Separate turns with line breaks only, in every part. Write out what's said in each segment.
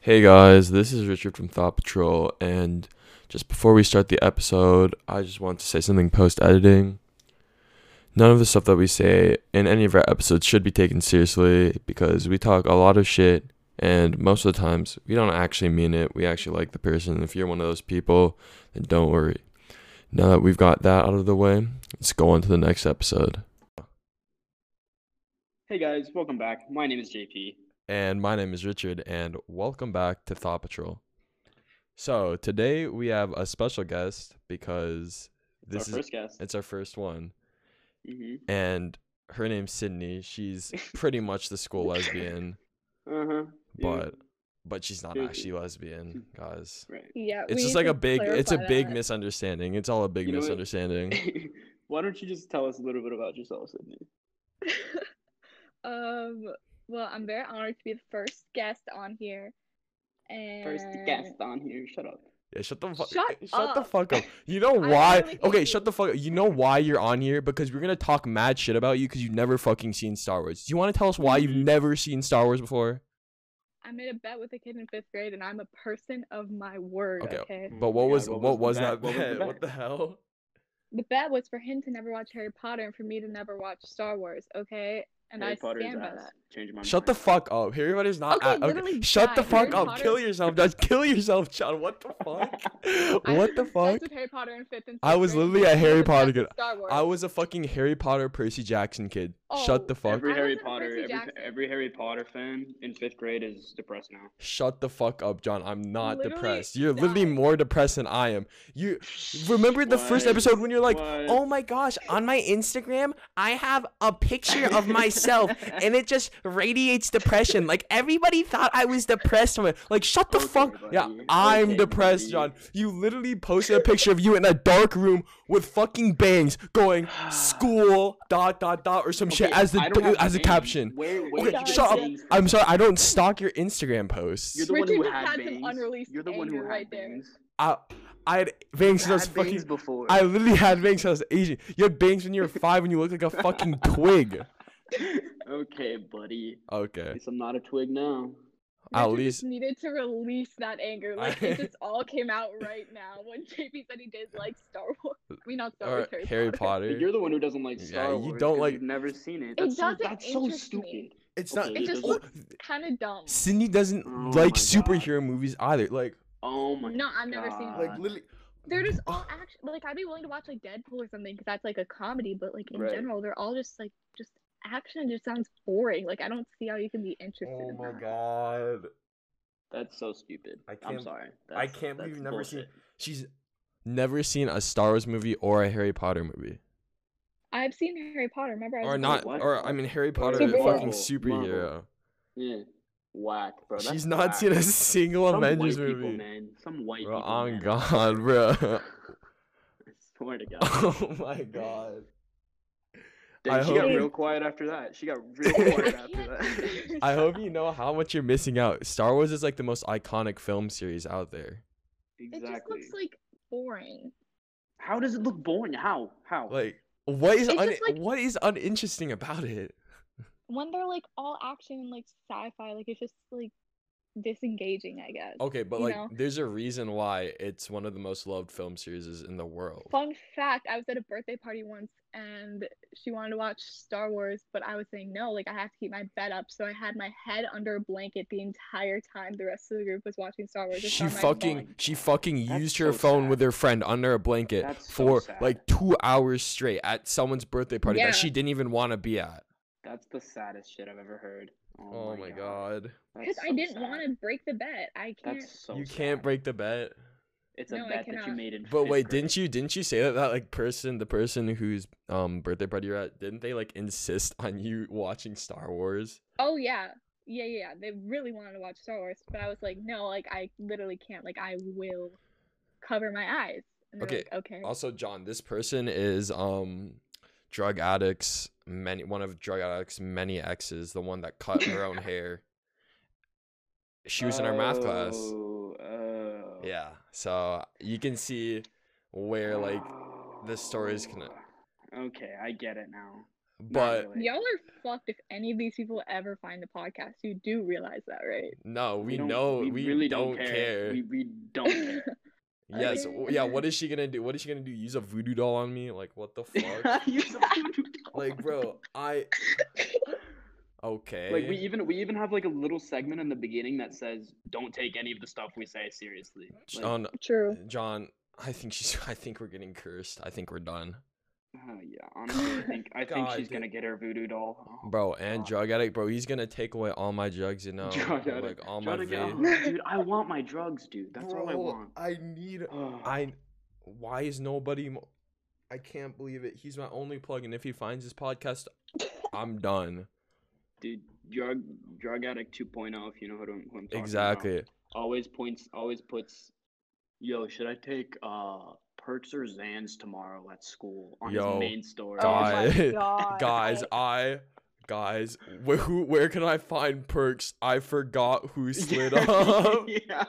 Hey guys, this is Richard from Thought Patrol, and just before we start the episode, I just want to say something post editing. None of the stuff that we say in any of our episodes should be taken seriously because we talk a lot of shit, and most of the times we don't actually mean it. We actually like the person. If you're one of those people, then don't worry. Now that we've got that out of the way, let's go on to the next episode.
Hey guys, welcome back. My name is JP.
And my name is Richard, and welcome back to Thought Patrol. So today we have a special guest because
This
this
our
is
first guest.
it's our first one,
hmm
and her name's Sydney. She's pretty much the school lesbian,
Uh huh.
but but she's not
Yeah.
actually lesbian, guys.
right.
Yeah,
It's
we
just
need
like
to
a big it's a
clarify
big
that.
misunderstanding. It's all a big
You know what?
misunderstanding.
Why don't you just tell us a little bit about yourself, Sydney?
um, well, I'm very honored to be the first guest on here. And
First guest on here. Shut up.
Yeah, shut the fuck
Shut
shut the
up.
fuck up. You know
I
why?
really hate
okay,
you.
shut the fuck up. You know why you're on here because we're gonna talk mad shit about you because you've never fucking seen Star Wars. Do you want to tell us why you've
Mhm.
never seen Star Wars before?
I made a bet with a kid in fifth grade, and I'm a person of my word.
Okay.
Okay.
But what
my
was
God,
what,
what
was
was the
that?
bet? What was the
bet?
bet?
What the hell?
The bet was for him to never watch Harry Potter and for me to never watch Star Wars. Okay, and
Harry
I
Potter's
stand by
ass.
that.
Change my
Shut the
mind.
fuck up. Harry Potter's not.
Okay,
at-
literally
Shut the
die.
fuck
Harry
up. Kill
Potter-
yourself, John. Kill yourself, John. What the fuck?
I
what the
was
fuck?
obsessed With Harry Potter in fifth and
I
sixth
was
grade,
literally a
and I
Harry
was
Potter
obsessed with
kid.
Star Wars.
I was a fucking Harry Potter Percy Jackson kid.
Oh,
Shut the fuck.
Every
I
Harry
wasn't a Percy
Potter, every,
Jackson.
every Harry Potter fan in fifth grade is depressed now.
Shut the fuck up, John. I'm not
Literally
depressed. You're literally
die.
more depressed than I am. You remember the first episode when you're like,
What?
"Oh my gosh, on my Instagram, I have a picture of myself and it just radiates depression. Like everybody thought I was depressed from it. Like shut the
Okay,
fuck. Yeah,
buddy.
I'm
Okay,
depressed, John.
buddy.
You literally posted a picture of you in a dark room with fucking bangs going school dot dot dot or some shit
Ah. Okay,
as the
I don't have
as a
bangs.
caption.
Where, where
Okay,
did you get
shut up.
bangs from?
I'm sorry, I don't stalk your Instagram posts.
You're the one
Richard
who
just
had
had some
bangs.
unreleased
You're the one who
anger
had
right there.
bangs.
I I had bangs
You
since I was
had bangs
fucking.
before.
I literally had bangs since I was Asian. You had bangs when you were five and you looked like a fucking twig.
okay, buddy. At
Okay.
least I'm not a twig now.
At
Richard
least
just needed to release that anger. Like
I-
it just all came out right now when JP said he did like Star Wars. We not Star
or
Wars.
Harry,
Harry, Potter.
Potter.
You're the one who doesn't like
Yeah,
Star
you
Wars.
don't
'cause
like-
you've never seen it.
It
That's so,
doesn't
that's so
interest
stupid.
me.
It's
Okay,
not.
It just
doesn't-
looks kind of dumb.
Sydney doesn't
Oh
like
my God.
superhero movies either. Like,
Oh my.
No, I've never seen.
God.
Like,
like literally.
they're just
oh.
all action. Like I'd be willing to watch like Deadpool or something because that's like a comedy. But like in
Right.
general, they're all just like just action. It just sounds boring. Like I don't see how you can be interested.
Oh
in
my
that.
god.
That's so stupid.
I
I'm
can't-
sorry.
I
That's-
can't believe
that's
you've never seen-
bullshit.
She's never seen a Star Wars movie or a Harry Potter movie,
I've seen Harry Potter. Remember? I was
or
a
not,
kid.
what?
or I mean Harry Potter,
Marvel,
fucking
Marvel.
superhero.
Yeah. Whack, bro. That's
She's not
whack.
seen a single
Some
Avengers
white People,
movie.
man. Some white
Bro,
people.
on
man.
God, bro.
I swear to God.
Oh my god.
Dude,
I
she got
hope-
real quiet after that. She got real quiet
I
after
can't
that.
understand.
I hope you know how much you're missing out. Star Wars is like the most iconic film series out there.
It just
exactly.
looks like boring.
How does it look boring? How? How?
Like what is
It's
un-
just like-
what is uninteresting about it?
when they're like all action and like sci-fi, like it's just like disengaging, I guess.
Okay, but
You
like
know?
there's a reason why it's one of the most loved film series in the world.
Fun fact: I was at a birthday party once, and she wanted to watch Star Wars, but I was saying no. Like I have to keep my bed up, so I had my head under a blanket the entire time. The rest of the group was watching Star Wars. just
She
on my
fucking
phone.
she fucking
That's
used her
so
phone with
sad.
her friend under a blanket
That's so
for
sad.
like 2 hours straight at someone's birthday party
Yeah.
that she didn't even want to be at.
That's the saddest shit I've ever heard. Oh,
Oh, my god.
That's
because I
so
didn't
sad.
want to break the bet. I can't.
That's so
you
sad.
can't break the bet.
It's a
No, I
bet that you
cannot.
made in.
But wait, didn't you didn't you say that that like person the person whose um birthday party you're at didn't they like insist on you watching Star Wars?
Oh yeah. Yeah, yeah, yeah. They really wanted to watch Star Wars, but I was like, no, like I literally can't. Like I will cover my eyes. And they're
Okay,
Like, okay.
Also, John, this person is um drug addicts many one of drug addicts many exes, the one that cut her own hair. She was in our math class.
Oh, oh.
Yeah, so you can see where like the stories connect.
Okay, I get it now.
But
really.
Y'all are fucked if any of these people ever find the podcast. You do realize that, right?
no, we,
don't-
know we,
really
don't care.
We, we don't care.
Yes,
Okay.
w- yeah. What is she gonna do? What is she gonna do? Use a voodoo doll on me? Like what the fuck?
You're so fucking
like, bro, eh? I okay.
Like we even we even have like a little segment in the beginning that says don't take any of the stuff we say seriously. Like,
John,
True.
John, I think she's. I think we're getting cursed. I think we're done,
oh, yeah, honestly, I think I think
God,
she's
dude.
gonna get her voodoo doll. Oh,
bro. And
God.
drug addict, bro. He's gonna take away all my drugs, you know,
Drug
and,
addict.
like all my
Trying to get-
vape.
vape.
Oh, dude, I want my drugs, dude. That's all I
Bro,
want.
I need.
Oh,
I. Why is nobody? Mo- I can't believe it. He's my only plug, and if he finds this podcast, I'm done.
dude, drug drug addict 2.0. If you know who I'm, who I'm talking about.
Exactly.
always points always puts yo should i take uh perks or zans tomorrow at school on
Yo,
his main story
God.
Oh my God.
guys
I-
i guys wh- who where can i find perks i forgot who slid
Yeah.
up
yeah.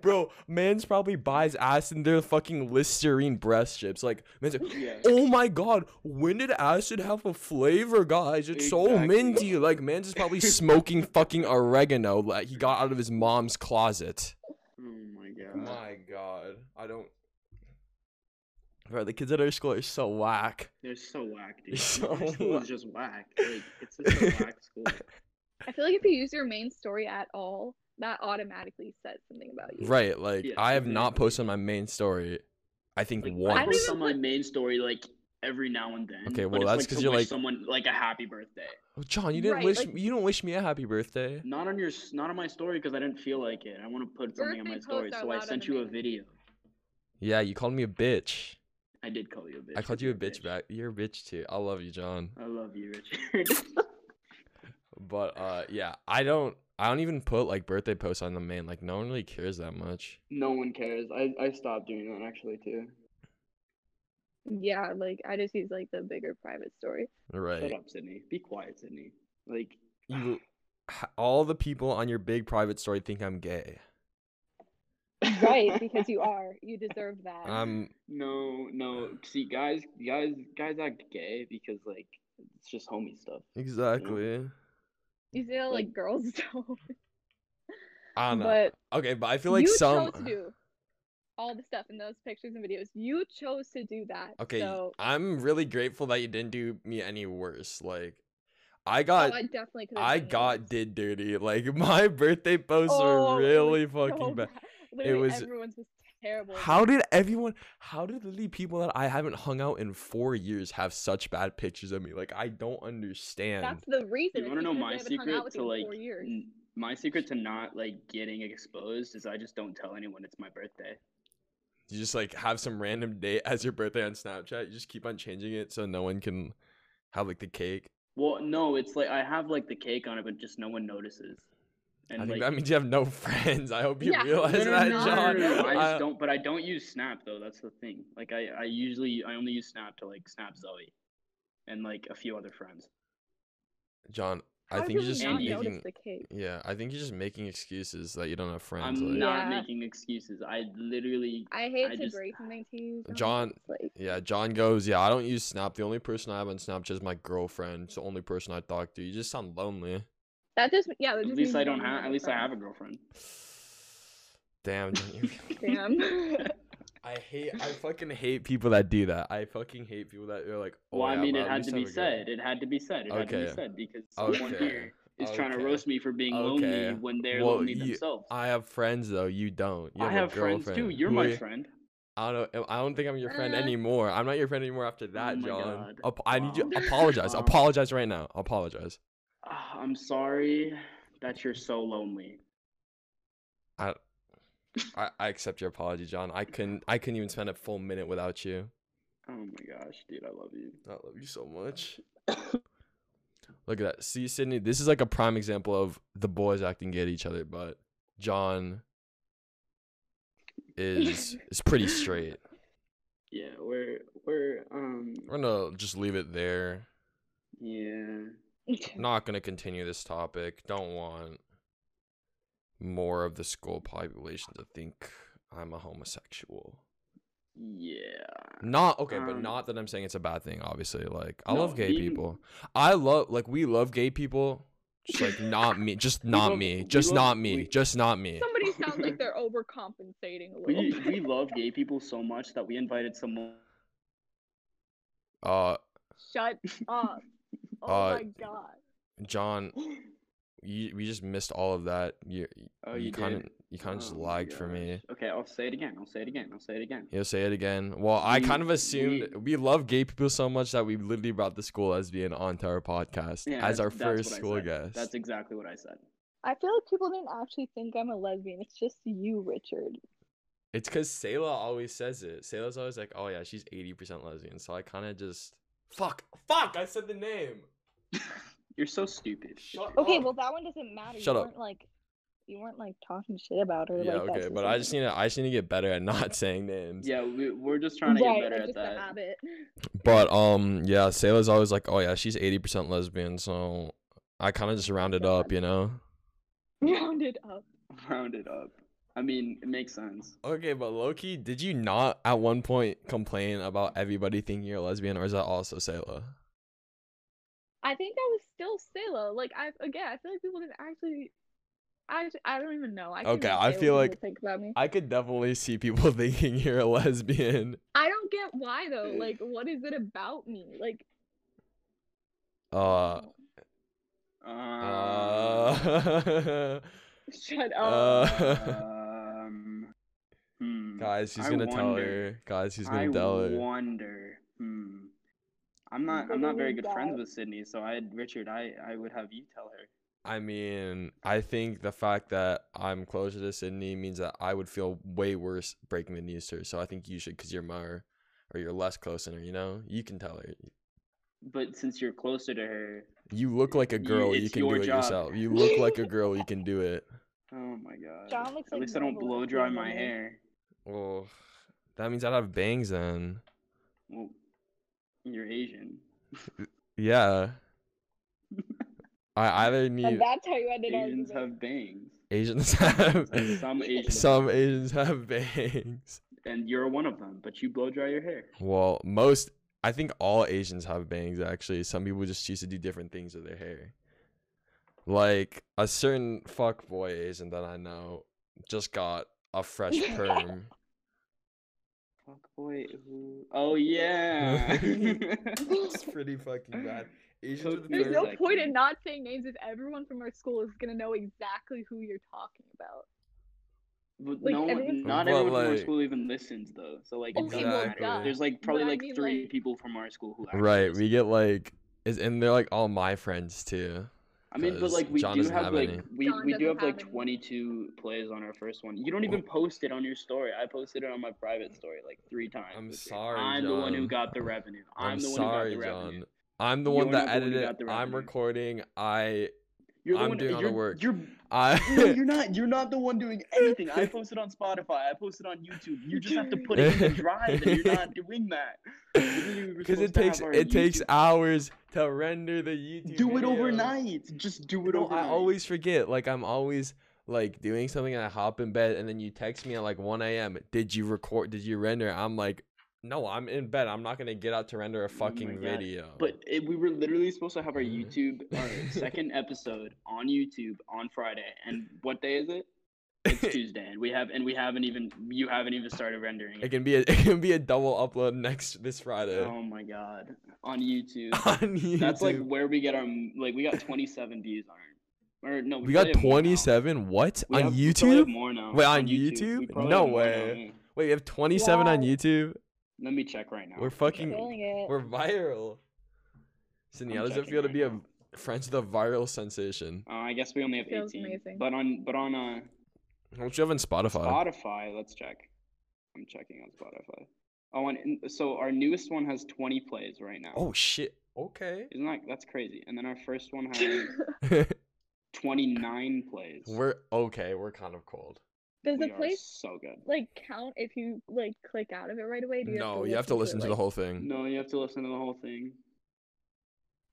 bro man's probably buys ass and they're fucking listerine breast chips like man's like,
Yeah.
oh my god when did acid have a flavor guys it's so
Exactly.
minty like man's is probably smoking fucking oregano like he got out of his mom's closet
oh my god
my god i don't bro the kids at our school are so whack
they're so whack dude
So
Our school
whack.
is just whack like, it's just a whack school
I feel like if you use your main story at all, that automatically says something about you.
Right, like
Yeah,
I have not
exactly.
posted my main story. I think
like,
once.
i post
even
on my main story like every now and then
Okay,
but
well,
it's,
that's
like, to
'cause you're,
wish
like-
someone like a happy birthday
Oh, John, you didn't
Right,
wish
like-
you don't wish me a happy birthday.
not on your s- not on my story because i didn't feel like it i want to put something on
Birthday
my story
posts are
so i
loud on
sent
the
you a
main.
video
Yeah, you called me a bitch.
i did call you a bitch
I called you
You're
a bitch back. You're a bitch too. I love you, John.
I love you, Richard.
But uh yeah, I don't I don't even put like birthday posts on the main. Like no one really cares that much.
no one cares. I, I stopped doing that actually too.
Yeah, like I just use like the bigger private story.
Shut
Right.
up, Sydney. Be quiet, Sydney. Like
You h- all the people on your big private story think I'm gay.
Right, because you are. You deserve that.
I'm
no, no. See, guys, guys, guys act gay because like it's just homie stuff.
Mm-hmm.
exactly.
you feel like girls don't.
I don't know.
But
okay, but I feel like
you
some
chose to do all the stuff in those pictures and videos. You chose to do that.
Okay,
So
I'm really grateful that you didn't do me any worse. Like, I
oh,
got,
I definitely could
I got did dirty. Like my birthday posts
Oh,
were
it
really
was
fucking
so
bad.
Literally,
was-
everyone's was terrible.
How did everyone? How did literally people that I haven't hung out in four years have such bad pictures of me? Like I don't understand.
That's the
You
reason. it's
want to know
because I
my
haven't hung out
secret
with
to
you in
like
four years.
n- my secret to not like getting exposed is I just don't tell anyone it's my birthday.
you just like have some random date as your birthday on Snapchat. You just keep on changing it so no one can have like the cake.
Well, no, it's like I have like the cake on it, but just no one notices.
I think that means you have no friends. I hope you
Yeah.
realize
No, no,
that,
no,
John.
no, no,
I
I-
just don't, but I don't use Snap though. That's the thing. Like I, I usually, I only use Snap to like Snap Zoe, and like a few other friends.
John,
How
I
did
think
we
you're just
not
And you
making.
notice the cake.
Yeah, I think you're just making excuses that you don't have friends.
I'm
like,
not
Yeah.
making excuses. I literally,
I hate
I
to
just-
break something to you,
John,
It's Like,
yeah, John goes, yeah, I don't use Snap. The only person I have on Snapchat is my girlfriend. It's the only person I talk to. You just sound lonely.
that just yeah. That
at
just means
least I
you
don't have. At least I have a
friends.
girlfriend.
Damn, John, you-
Damn.
I hate, I fucking hate people that do that. I fucking hate people that are like, oh,
well, I
yeah,
mean,
but
it
at
had
least I
to be
have a girl-
said. It had to be said. It had to
Okay.
be said because someone
Okay.
here is trying to
Okay.
roast me for being
Okay.
lonely when they're
Well,
lonely
you-
themselves.
I have friends though. You don't. You
I
a
have friends too.
girlfriend.
You're
Who are
my
you-
friend.
I don't. know- I don't think I'm your friend
Uh.
anymore. I'm not your friend anymore after that,
Oh my
John.
God.
Ap- I need you
Wow.
apologize.
Wow.
apologize right now. Apologize.
Ah, I'm sorry that you're so lonely.
I, I accept your apology, John. I couldn't. I couldn't even spend a full minute without you.
Oh my gosh, dude, I love you.
I love you so much. Look at that. See, Sydney, this is like a prime example of the boys acting gay at each other, but John is is pretty straight.
Yeah, we're we're um
We're gonna just leave it there.
yeah.
Not gonna continue this topic. Don't want more of the school population to think I'm a homosexual.
Yeah.
Not okay, but
Um,
not that I'm saying it's a bad thing. Obviously, like I
No,
love gay
being-
people. I love like we love gay people. Just like not me. Just
We
not
love-
me.
we
Just
love-
not me.
we-
just not me.
Somebody sounds like they're overcompensating a little
We
bit.
we love gay people so much that we invited someone.
Uh,
Shut up. Oh
Uh,
my god.
John, you we just missed all of that. You
Oh,
you
you
kind of
did?
you kind of just
Oh my
lagged for
gosh.
me.
Okay, I'll say it again. I'll say it again. I'll say it again.
You'll say it again. Well, I
We-
kind of assumed we, love gay people so much that we literally brought the school lesbian onto our podcast
Yeah,
as
that's-
our
that's what
first
I
school
said.
guest.
That's exactly what I said.
I feel like people didn't actually think I'm a lesbian. It's just you, Richard.
It's because Selah always says it. Selah's always like, oh yeah, she's 80% lesbian. So I kind of just. Fuck! Fuck! I said the name!
You're so stupid.
Shut
Okay,
Oh.
up.
well that one doesn't matter.
Shut
you
up.
weren't like you weren't like talking shit about her.
Yeah,
like, that's
okay, but I just need to I just need to get better at not saying names.
Yeah, we, we're just trying to
right,
get better
it's
at
just a
that.
habit.
But um yeah, Selah's always like, oh yeah, she's 80% lesbian, so I kind of just round it up, you know?
Rounded up.
Round it up. I mean, it makes sense.
Okay, but Loki, did you not at one point complain about everybody thinking you're a lesbian, or is that also Selah?
I think that was still Salo. Like I again, I feel like people didn't actually. I I don't even know. I couldn't
Okay,
even
I
say what
feel
people
like-
think about me.
I could definitely see people thinking you're a lesbian.
I don't get why
Mm.
though. Like, what is it about me? Like,
Uh,
Um, mm,
uh
shut up.
uh,
um, hmm.
guys, he's
I
gonna tell
wonder.
her. Guys, he's
I
gonna tell her.
wonder. Hmm. I'm not. I'm not very good
Literally
friends
that.
with Sydney, so I, Richard, I, I would have you tell her.
I mean, I think the fact that I'm closer to Sydney means that I would feel way worse breaking the news to her. So I think you should, cause you're more, or you're less close in her. You know, you can tell her.
But since you're closer to her,
You look like a
You-
girl. You,
it's
can do
your
it
job.
yourself. You look like a girl. You can do it.
oh my god.
John looks
At
like
least I don't
Marvel
blow
at the
dry my
moment.
hair.
Oh, that means I'd have bangs then.
Well, you're Asian.
Yeah. I either
and
need
that's how you ended our
Asians
argument.
have bangs.
Asians have
Some Asians,
some Asians have bangs.
and you're one of them. But you blow dry your hair.
Well, most I think all Asians have bangs actually. Some people just choose to do different things with their hair. Like a certain fuckboy Asian that I know just got a fresh perm.
Fuck boy. Who... Oh yeah.
It's pretty fucking bad. Asians with
Hope
There's
perm-
no
Exactly.
point in not saying names if everyone from our school is gonna know exactly who you're talking about.
But
Like,
no,
everything's-
not
But,
everyone from our
like-
school even listens though. So like, it
Okay,
doesn't
well,
matter.
duh.
There's like probably
I
like
mean,
three
like-
people from our school who. actually
Right,
listen.
we get like is and they're like all my friends too.
I mean, but
because
like we
John
do
doesn't
have
have
like
any.
we,
John
we do
doesn't
have like
have any.
22 plays on our first one. You don't even post it on your story. I posted it on my private story like three times.
I'm
this year.
sorry,
I'm the one who
John.
got the revenue. I'm,
I'm,
the one
sorry,
who got the revenue.
John. I'm the
You're
one that
not the one who
edited.
got the
I'm
revenue.
recording. I
You're the
I'm
one,
doing all the
you're,
work.
You're no,
I
you're not. You're not the one doing anything. I posted on Spotify. I posted on YouTube. You just have to put it in the drive, and you're not doing that. Literally, we were
because it
supposed to have
takes
our
it takes
YouTube-
hours to render the YouTube.
Do it
videos.
overnight. Just do it
No,
overnight.
I always forget. Like I'm always like doing something, and I hop in bed, and then you text me at like 1 a.m. Did you record? Did you render? I'm like, no, I'm in bed. I'm not gonna get out to render a
Oh my
fucking
God.
video.
But it, we were literally supposed to have our
Mhm.
YouTube, our second episode on YouTube on Friday. And what day is it? It's Tuesday, and we have and we haven't even you haven't even started rendering.
it
It.
can be a, it can be a double upload next this Friday
Oh my god, on YouTube.
on YouTube.
That's like where we get our like we got 27 views on. Or no,
we got
probably have more now.
27. What
We
on
have- we probably have
YouTube?
more now.
Wait, on
We
YouTube?
probably
No
have more now,
way.
yeah.
Wait, you have 27 on
Wow.
YouTube?
Let me check right now.
We're
I'm
fucking-
checking.
Feeling it.
We're viral. Sydney,
I'm
how does it
checking
feel to
right
be a
now.
friends with a viral sensation?
Uh, I guess we only have
Feels
18.
amazing.
But on but on uh,
What you have on Spotify?
Spotify, let's check. I'm checking on Spotify. Oh, and and- so our newest one has 20 plays right now.
Oh shit. Okay.
Isn't that that's crazy? And then our first one has 29 plays.
we're okay. We're kind of cold.
Does
We
the
are
place
so good.
like count if you like click out of it right away? Do you
No, you have to listen to
it,
the
like-
whole thing.
No, you have to listen to the whole thing.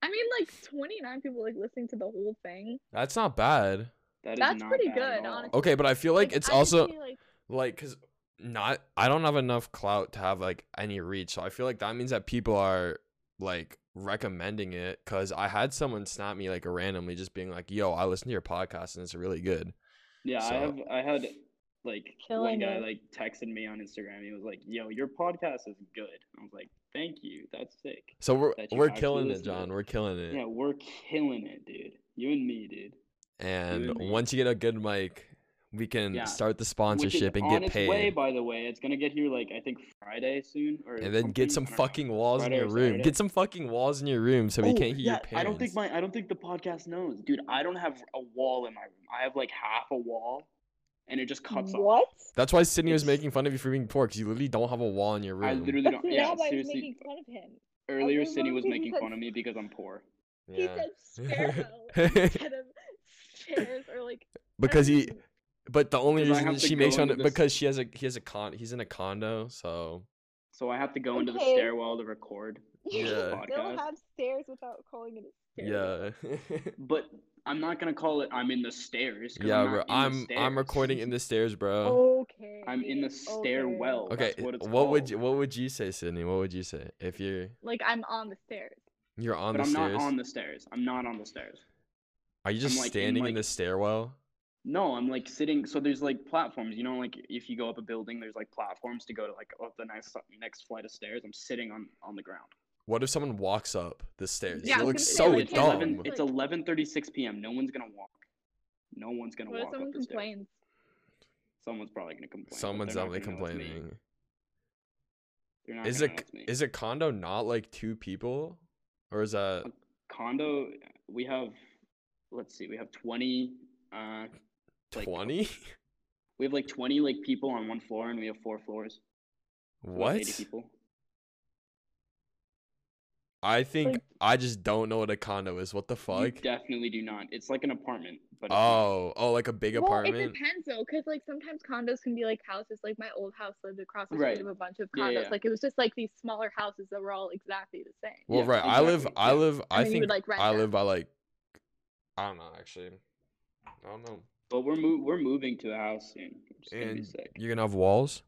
I mean, like 29 people like listening to the whole thing.
That's not bad.
That is
That's
not
pretty
bad at
good,
all.
Oh,
honestly.
Okay, but I feel like it's
I could
also
see, like,
like because not I don't have enough clout to have like any reach. So I feel like that means that people are like recommending it cuz I had someone snap me like randomly just being like, "Yo, I listened to your podcast and it's really good."
Yeah, I
So-
have. I had like one
Killing
guy
it.
like texted me on Instagram. He was like, "Yo, your podcast is good." I was like, "Thank you. That's sick."
So we're
That you
we're
actually
killing it,
listen to
John.
it.
We're killing it.
Yeah, we're killing it, dude. You and me, dude.
And
Doing me.
once you get a good mic, we can
Yeah.
start the
Which is
sponsorship and
on
get
its way,
paid.
by the way. It's gonna get here like I think Friday soon, or
And then get some
something. I don't know.
fucking walls in
Friday
your
or
room.
Saturday.
Get some fucking walls in your room so we
Oh,
can't hear
yeah,
your parents.
I don't think my I don't think the podcast knows, dude. I don't have a wall in my room. I have like half a wall, and it just cuts off.
What?
That's why Sydney was
It's-
making fun of you for being poor because you literally don't have a wall in your room.
I literally
That's
don't. Yeah,
not why he's
seriously.
making fun of him.
Earlier,
Okay,
Sydney
well,
was
he
making
said-
fun of me because I'm poor.
He
Yeah.
said sparrow instead of stairs or like.
because he,
everything.
but the only
'Cause I
reason
have to
she makes
go
fun of
into this-
because she has a he has a con he's in a condo so
So I have to go into the
Okay.
stairwell to record.
You
Yeah.
can still
Podcast.
have stairs without calling it a stair.
yeah
But I'm not gonna call it. I'm in the stairs. 'cause
yeah
I'm
bro
not in the
I'm I'm
stairs.
recording in the stairs bro
Okay.
I'm in the stairwell.
okay
That's what, it's
what would
called.
you what would you say Sydney what would you say if you're
Like I'm on the stairs.
you're on the
But I'm
stairs
not on the stairs. I'm not on the stairs.
are you just
like, in,
standing in,
like-
the stairwell
No, I'm like sitting. So there's like platforms. You know, like if you go up a building, there's like platforms to go to like up the next next flight of stairs. I'm sitting on on the ground.
what if someone walks up the stairs
Yeah, I
you
was
look
gonna say,
so
like,
it's
can't
dumb
even-
11, it's 11:36 p.m. No one's gonna walk. No one's gonna
What if
walk up
someone
the stairs.
complains?
Someone's probably gonna complain. but
someone's
they're not
definitely
gonna know it's me.
complaining
They're not
is
gonna
it
know it's me.
is a condo not like two people or is that
condo we have let's see we have 20 uh Like-
20
we have like 20 like people on one floor and we have four floors so we have
what
80 people
I think
Like-
I just don't know what a condo is. What the
you
fuck?
definitely do not it's like an apartment but it's not.
Oh, oh, like a big
Well, it
apartment.
depends though, because like sometimes condos can be like houses. Like my old house lived across the street
Right.
of a bunch of
Yeah,
condos.
yeah.
Like it was just like these smaller houses that were all exactly the same.
Well,
Yeah,
right. I live.
exactly,
I
yeah.
live. I
And then you would,
think
like, rent
I
out.
live by like. I don't know. Actually, I don't know.
but we're mo- we're moving to a house soon which is gonna be
And
sick
you're gonna have walls.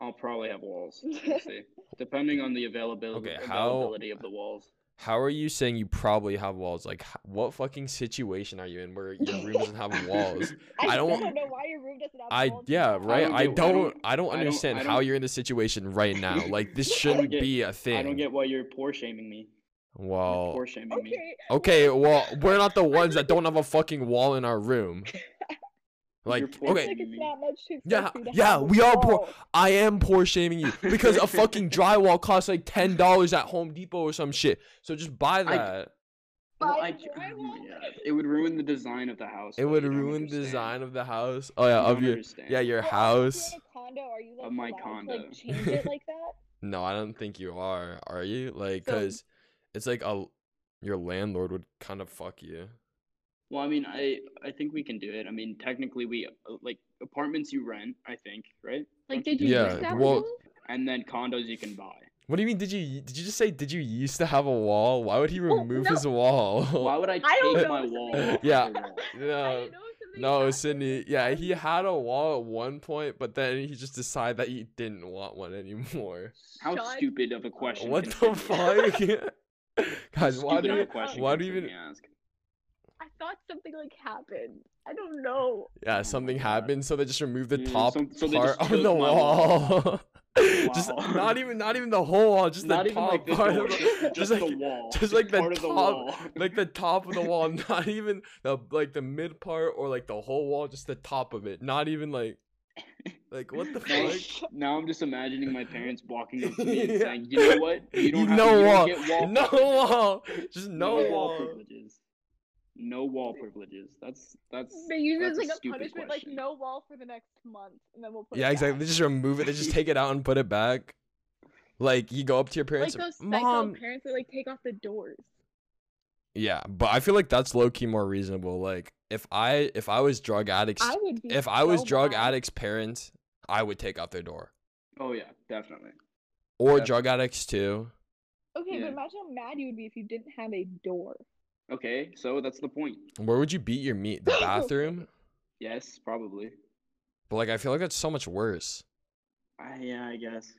i'll probably have walls we'll see. depending on the availability
Okay, how-
availability of the walls
How are you saying you probably have walls? Like, h- what fucking situation are you in where your room doesn't have walls?
I,
I
still
don't-
don't, know why your room doesn't have
I
walls.
yeah right.
don't
I
get- I don't-
don't. I don't
I don't-
understand
I
how
don't-
you're in the situation right now. Like this
I don't
shouldn't
get-
be a thing.
i don't get why you're poor shaming me you're
Well,
poor shaming me
Okay.
Okay, well, we're not the ones that don't have a fucking wall in our room. Like,
You're poor
It's
okay,
Like it's
me.
not much to expect
Yeah,
you to
yeah,
have a
we are poor-
wall.
I am poor shaming you because a fucking drywall costs like ten dollars at Home Depot or some shit. So just buy
I-
that.
Well,
Buy
I
the
ju-
drywall.
yeah, it would ruin the design of the house
It
though,
would
you don't
ruin the
understand.
design of the house. Oh yeah,
You
of
don't
your
understand.
yeah your
Well, if
house.
You're in a condo. Are you like
Of my
allowed To,
condo.
like, change it like that?
No, I don't think you are. Are you like?
So-
Cause it's like a your landlord would kind of fuck you.
Well, I mean, I I think we can do it. I mean, technically, we uh, like apartments you rent, I think, right?
Like,
Don't
did you
Yeah,
use that
well-
rule?
And then condos you can buy.
What do you mean? Did you did you just say did you used to have a wall? Why would he
Well,
remove
no.
his wall?
Why would I take
I don't know
my
if
wall?
something-
off of
Yeah.
your wall?
I
no.
didn't know if something
No,
happened.
Sydney. Yeah, he had a wall at one point, but then he just decided that he didn't want one anymore.
How
Shut
stupid of a question!
What
can
the
somebody ask?
fuck? Guys, why
Stupid
do
of a
we?
you-
question
why
can
do you
somebody
even-
ask?
I thought something like happened. I don't know.
Yeah, something
God.
happened, so they just removed the
Oh, Yeah,
top
some- so they
part
just
on
took
the
my wall.
wall. just
Wow.
not even, not even the whole wall, just
Not
the
even
top
like this
part.
wall,
of the-
just,
just
just
like-
the wall,
just like the
part of the
top-
wall.
like the top of the wall, not even the like the mid part or like the whole wall, just the top of it. Not even like, like what the
Now,
fuck?
now I'm just imagining my parents walking up to me and
Yeah.
saying, "You know what? You don't have
no
you don't
wall,
get wall
no
privileges.
wall, just no, wall.
privileges. No wall privileges. That's that's
They use it
that's
as like a
stupid
punishment,
question.
like no wall for the next month, and then we'll put.
Yeah,
it
exactly. They
Back.
just remove it. They just take it out and put it back. Like you go up to your
Like
parents,
those psycho
mom.
parents that like take off the doors.
Yeah, but I feel like that's low key more reasonable. Like if I if I was drug addicts,
I would be.
if I was
so
drug
mad.
addicts' parents, I would take out their door
Oh yeah, definitely.
or
Yeah.
drug addicts too.
Okay,
Yeah.
but imagine how mad you would be if you didn't have a door.
Okay, so that's the point.
Where would you beat your meat? The bathroom.
Yes, probably.
But like I feel like that's so much worse.
I, yeah, I guess.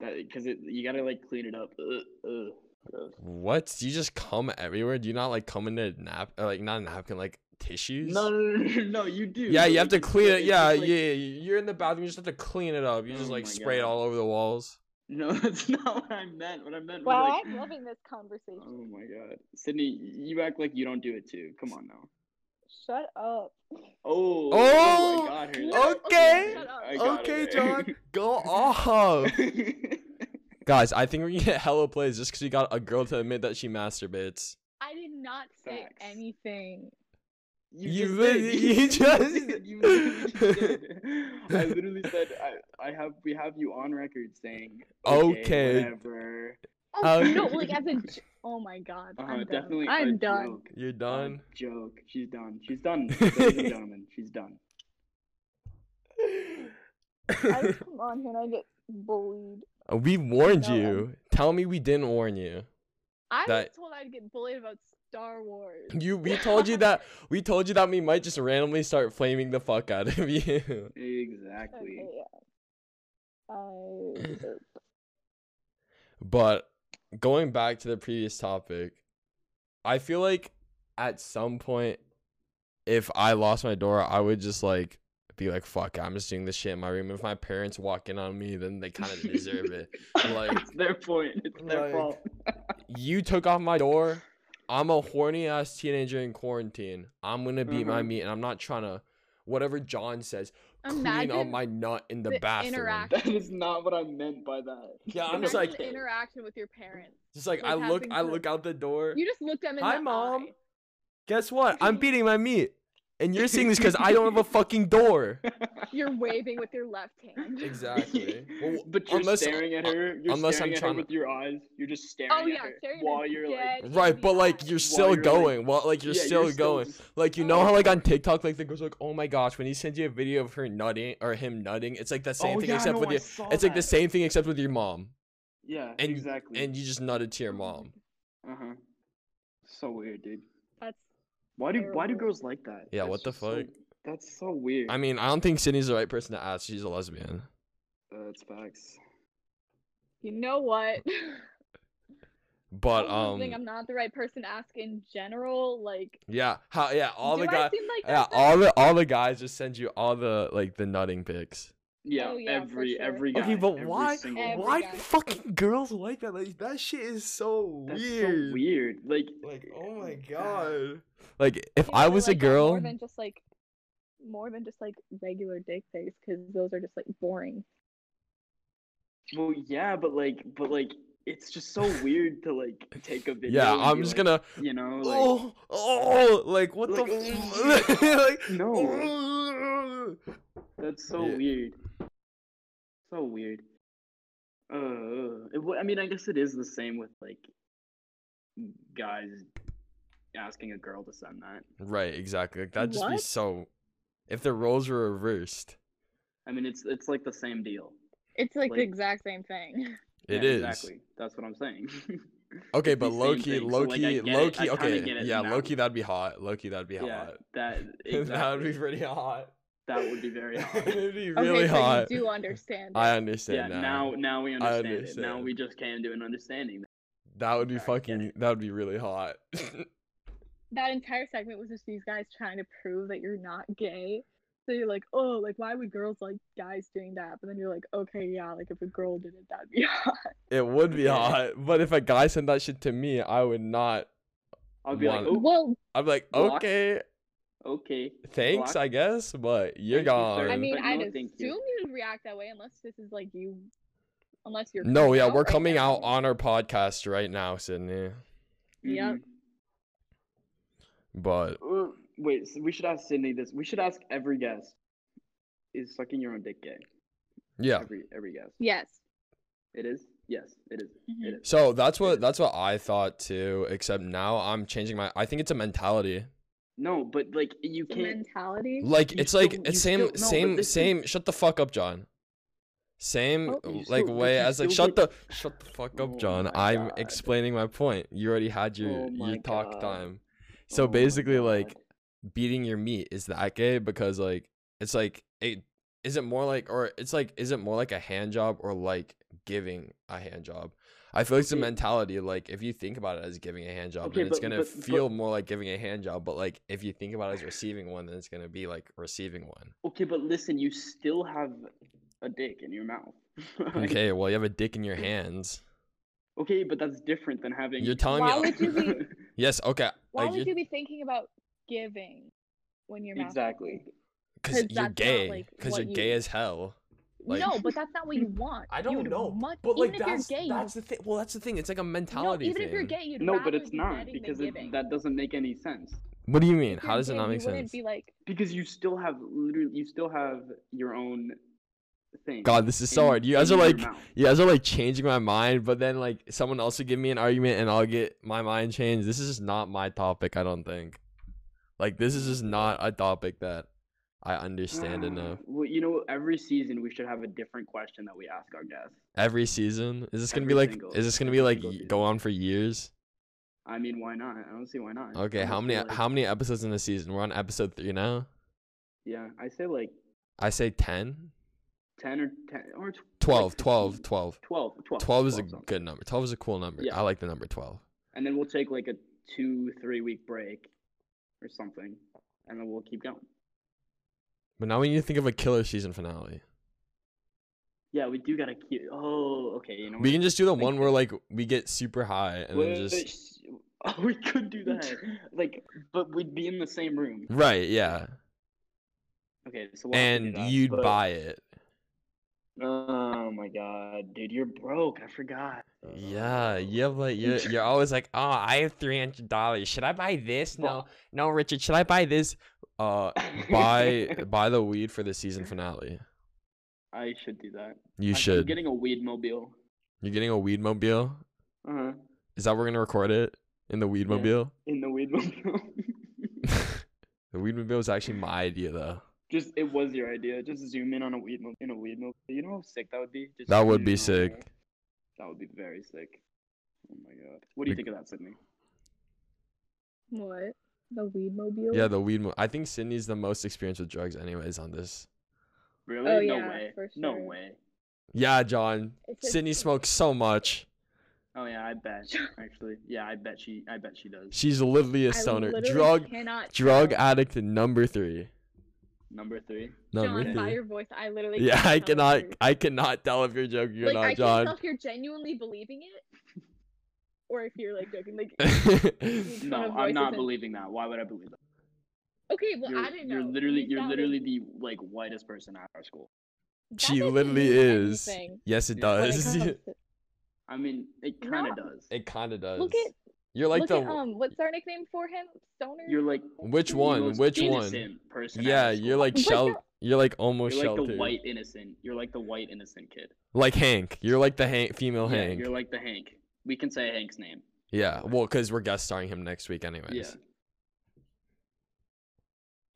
That because it you gotta like clean it up. Ugh, ugh, gross.
What? Do you just come everywhere? Do you not like come into nap or, like not a napkin like tissues?
No, no, no, no, no, you do.
Yeah,
but
you have
it's
to
just-
clean
but
it.
it's
Yeah,
just, like-
yeah, yeah. You're in the bathroom. You just have to clean it up. You just
Oh
like
my
spray it
God.
all over the walls.
No, that's not what I meant. What I meant was
Wow,
like,
I'm loving this conversation.
Oh my god, Sydney, you act like you don't do it too. Come on now.
Shut up.
Oh,
Oh,
I got her
okay,
there.
No, shut up.
I got her there.
go off. Guys, I think we're gonna get hello plays just because we got a girl to admit that she masturbates.
I did not say
Facts.
anything.
You
just
literally-
did.
you just-
did. you literally just did. I literally said I, I have we have you on record saying
Okay.
whatever.
Oh,
Um,
no, like as a. j- Oh my god.
Uh,
I'm done.
definitely a
I'm done.
joke.
You're
A
done.
joke. She's done. She's done. Ladies and gentlemen, she's done.
I just come on here and I get bullied.
Uh, we warned
No,
you. Tell me we didn't warn you.
I
That-
was told I'd get bullied about Star Wars.
You we told you that we told you that we might just randomly start flaming the fuck out of you.
Exactly.
Okay, yeah. I.
oh But going back to the previous topic, I feel like at some point, if I lost my door, I would just like be like, fuck, it, I'm just doing this shit in my room. If my parents walk in on me, then they kind of deserve it. Like,
it's their point. It's their
Like-
fault.
you took off my door. I'm a horny ass teenager in quarantine. I'm gonna beat my
Uh-huh.
meat, and I'm not trying to. Whatever John says, clean
Imagine
up my nut in the,
the
bathroom.
interact-
That is not what I meant by that.
Yeah, I'm
imagine
just like-
the interaction with your parents.
Just like,
like
I look,
having
I
to-
look out the door.
You just looked them in
Hi,
the
Mom.
eye.
Guess what? I'm beating my meat. And you're seeing this because I don't have a fucking door.
You're waving with your left hand.
Exactly. Well,
but you're
unless-
staring at her. You're
unless
staring
I'm
at her
trying to-
with your eyes. You're just staring
Oh
at
yeah,
her
staring
while
at
you're like,
dead in
Right,
the
but
eye.
like you're still
you're, like-
going. well, like you're
yeah,
still
still
going.
just-
Like you
Oh,
know how like
yeah.
on TikTok, like the girls like, oh my gosh, when he sends you a video of her nutting or him nutting, it's like the same
oh,
thing
yeah,
except
no,
with
I
your.
saw
It's like the
that.
same thing except with your mom,
Yeah,
and
exactly.
and you just nutted to your mom.
uh huh. So weird, dude.
That's
Why do why do
Terrible.
girls like that?
Yeah,
That's
what the
just so-
fuck?
that's so weird.
I mean, I don't think Sydney's the right person to ask. She's a lesbian.
Uh, That's
Oh,
facts.
you know what.
But
I'm
um,
losing. I'm not the right person to ask in general. Like
yeah, how yeah, all
do
the
I
guys,
seem like
yeah,
that, though?
all the all the guys just send you all the like the nutting pics.
Yeah,
Oh, yeah, for
every
sure.
every guy.
Okay, but
every
why?
single
Every
why
guy.
do fucking girls like that? Like that shit is so
That's
weird.
so weird. Like,
Like
oh my god.
Like if
you
Uh,
know,
I
they're
was a
like that
girl,
more than just like more than just like regular dick pics because those are just like boring.
well, yeah, but like, but like, it's just so weird to like take a video.
yeah,
and
I'm
be
just
like,
gonna
you know, like,
oh oh like what
Like,
the f-
oh.
like
no,
oh.
that's so
Yeah.
weird. So weird. Uh, it, wa- I mean, I guess it is the same with like guys asking a girl to send that.
right exactly like that just be
What?
so if the roles were reversed
I mean, it's it's like the same deal.
It's like,
Like-
the exact same thing.
it
Yeah,
is
Exactly. That's what I'm saying.
okay
It's the
but low
same
key
thing, so,
low
like, I
key
get it,
low
I
key
kinda get
okay
it
yeah
now.
low key that'd be hot low key that'd be
yeah,
hot
that
that would
exactly.
be pretty hot
that would be very hot.
it'd be
Okay,
really
so
hot
you do understand.
I
it.
understand
yeah, now now we
uh, I
understand, it. Now
understand.
we just came to an understanding.
that would be
Okay, I get
fucking that would be really hot
that entire segment was just these guys trying to prove that you're not gay. So you're like, oh, like why would girls like guys doing that? But then you're like, okay, yeah, like if a girl did it, that'd be hot.
It would be
Yeah.
hot, but if a guy sent that shit to me, I would not.
I'll be like,
One-
oh,
Well,
I'm like,
Block.
okay,
okay.
thanks,
block.
I guess, but you're
Thank you, sir.
gone.
I mean,
But
I'd
no,
assume
thank you.
you. would react that way unless this is like you, unless you're.
no,
coming
yeah, we're
right
coming
now.
out on our podcast right now, Sydney.
Yep.
Mhm.
But
Uh, Wait, so we should ask Sydney this. We should ask every guest: Is sucking your own dick gay?
yeah,
Every every guest.
Yes. Mm-hmm.
It is. Yes, it is. It is.
so that's what that's what I thought too. Except now I'm changing my. I think it's a mentality.
No, but like you
The
can't.
mentality.
Like
You
it's like
still-
it's
you
same
still- no, but
same
this is-
same. Shut the fuck up, John. Same
Oh, you
like
still-
way
you
as like
still
shut the
get-
shut the fuck up,
Oh
John.
my
I'm
God.
explaining my point. You already had your
Oh
your
my
talk
God.
time. So
Oh my
basically,
God.
like beating your meat is that gay because like it's like it is it more like or it's like is it more like a hand job or like giving a hand job? I feel like it's a
Okay.
mentality like if you think about it as giving a hand job,
Okay,
then it's
but-
gonna
but- but-
feel more like giving a hand job. But like if you think about it as receiving one, then it's gonna be like receiving one.
Okay, but listen, you still have a dick in your mouth. Like,
Okay, well you have a dick in your hands.
Okay, but that's different than having.
You're telling
Why
me
would you be-
yes, okay,
Why
like,
would
you're-
you be thinking about giving when your mouth?
exactly.
because
'cause
you're
that's not,
gay,
like,
because
what
you're
you-
gay as hell. Like-
no, but that's not what you want.
I don't
You'd
know,
much-
but like
even if
that's
you're gay,
that's
you
the thing. Well, that's the thing. It's like a
no,
mentality
even
thing.
if you're gay, you'd
No, but
rather
it's
be
not
getting than
because it,
giving.
that doesn't make any sense.
What do you
If
mean?
you're
How does it
gay,
not make
You wouldn't
sense?
be like,
Because you still have literally, you still have your own thing.
God, this is so
in-
hard. You guys
in
are
your
like-
mouth.
You guys are like changing my mind, but then like someone else will give me an argument and I'll get my mind changed. This is just not my topic. I don't think. Like this is just not a topic that I understand
Ah,
enough.
Well, you know, every season we should have a different question that we ask our guests.
Every season is this gonna be
Every
like?
single-
Is this gonna be
every
like
single
y-
season.
go on for years?
I mean, why not? I don't see why not.
Okay,
I
how
feel
many
like-
how many episodes in a season? We're on episode three now.
Yeah, I say like
I say 10?
ten or ten or tw- like
12,
15,
12, 12.
12, 12,
12 is a
12 something.
good number. 12 is a cool number.
Yeah.
I like the number 12.
and then we'll take like a two three week break or something and then we'll keep going
But now we need to think of a killer season finale.
yeah we do gotta keep oh okay you know
We can just do the
Like-
one where like we get super high and
what?
then just
Wait, we could do that like but we'd be in the same room
right, yeah.
okay so we'll have to do
And
that,
you'd
but-
buy it.
oh my god dude you're broke i forgot
Yeah, you have like you're, you're always like, oh, I have three hundred dollars. Should I buy this? No, no, Richard. Should I buy this? Uh, buy buy the weed for the season finale.
i should do that
You
I-
should.
i'm getting a weed mobile
You're getting a weed mobile.
uh-huh
Is that we're gonna record it in the weed
Yeah.
mobile?
in the weed mobile
the weed mobile was actually my idea though.
just it was your idea just zoom in on a weed mo- in a weed mobile you know how sick that would be just
That would
zoom
be
in on there.
sick.
That would be very sick. Oh my god. What do you
Bec-
think of that, Sydney?
what? The weed mobile?
Yeah, the weed. Mo- I think Sydney's the most experienced with drugs, anyways, on this.
Really?
Oh,
no
yeah,
way.
for
No
sure.
way.
Yeah, John.
It's a-
Sydney smokes so much.
Oh yeah, I bet. Actually, yeah, I bet she. I bet she does.
She's literally a
I
stoner.
literally
Drug
cannot
drug
tell.
addict number three.
Number three.
Number
John, by
three.
your voice, I literally.
Yeah,
can't
I
tell
cannot.
if you're-
I cannot tell if you're joking or
like, I
not,
can't
John.
tell if you're genuinely believing it, or if you're like joking. Like, Tone
No,
of
I'm
voice
not
isn't-
believing that. Why would I believe that?
okay, well,
you're,
I didn't know.
You're literally,
You
you're
sounded-
literally the like whitest person at our school.
That
she
doesn't
literally
mean
is.
anything
Yes, it
Yeah.
when it
does.
comes to-
I mean, it kind of
No.
does.
it kind of does.
Look at
you're like
look
the
at um, what's our nickname for him? Stoner.
You're like
which
the
one?
most
Which one?
innocent Person at
Yeah,
our
you're
school.
like
But
shel-
you're-
You're like almost
You're like
sheltered.
the white innocent. You're like the white innocent kid.
Like Hank. You're like the Hank female
yeah,
Oh, Hank.
You're like the Hank. We can say Hank's name.
Yeah, well, because we're guest starring him next week, anyways.
Yeah.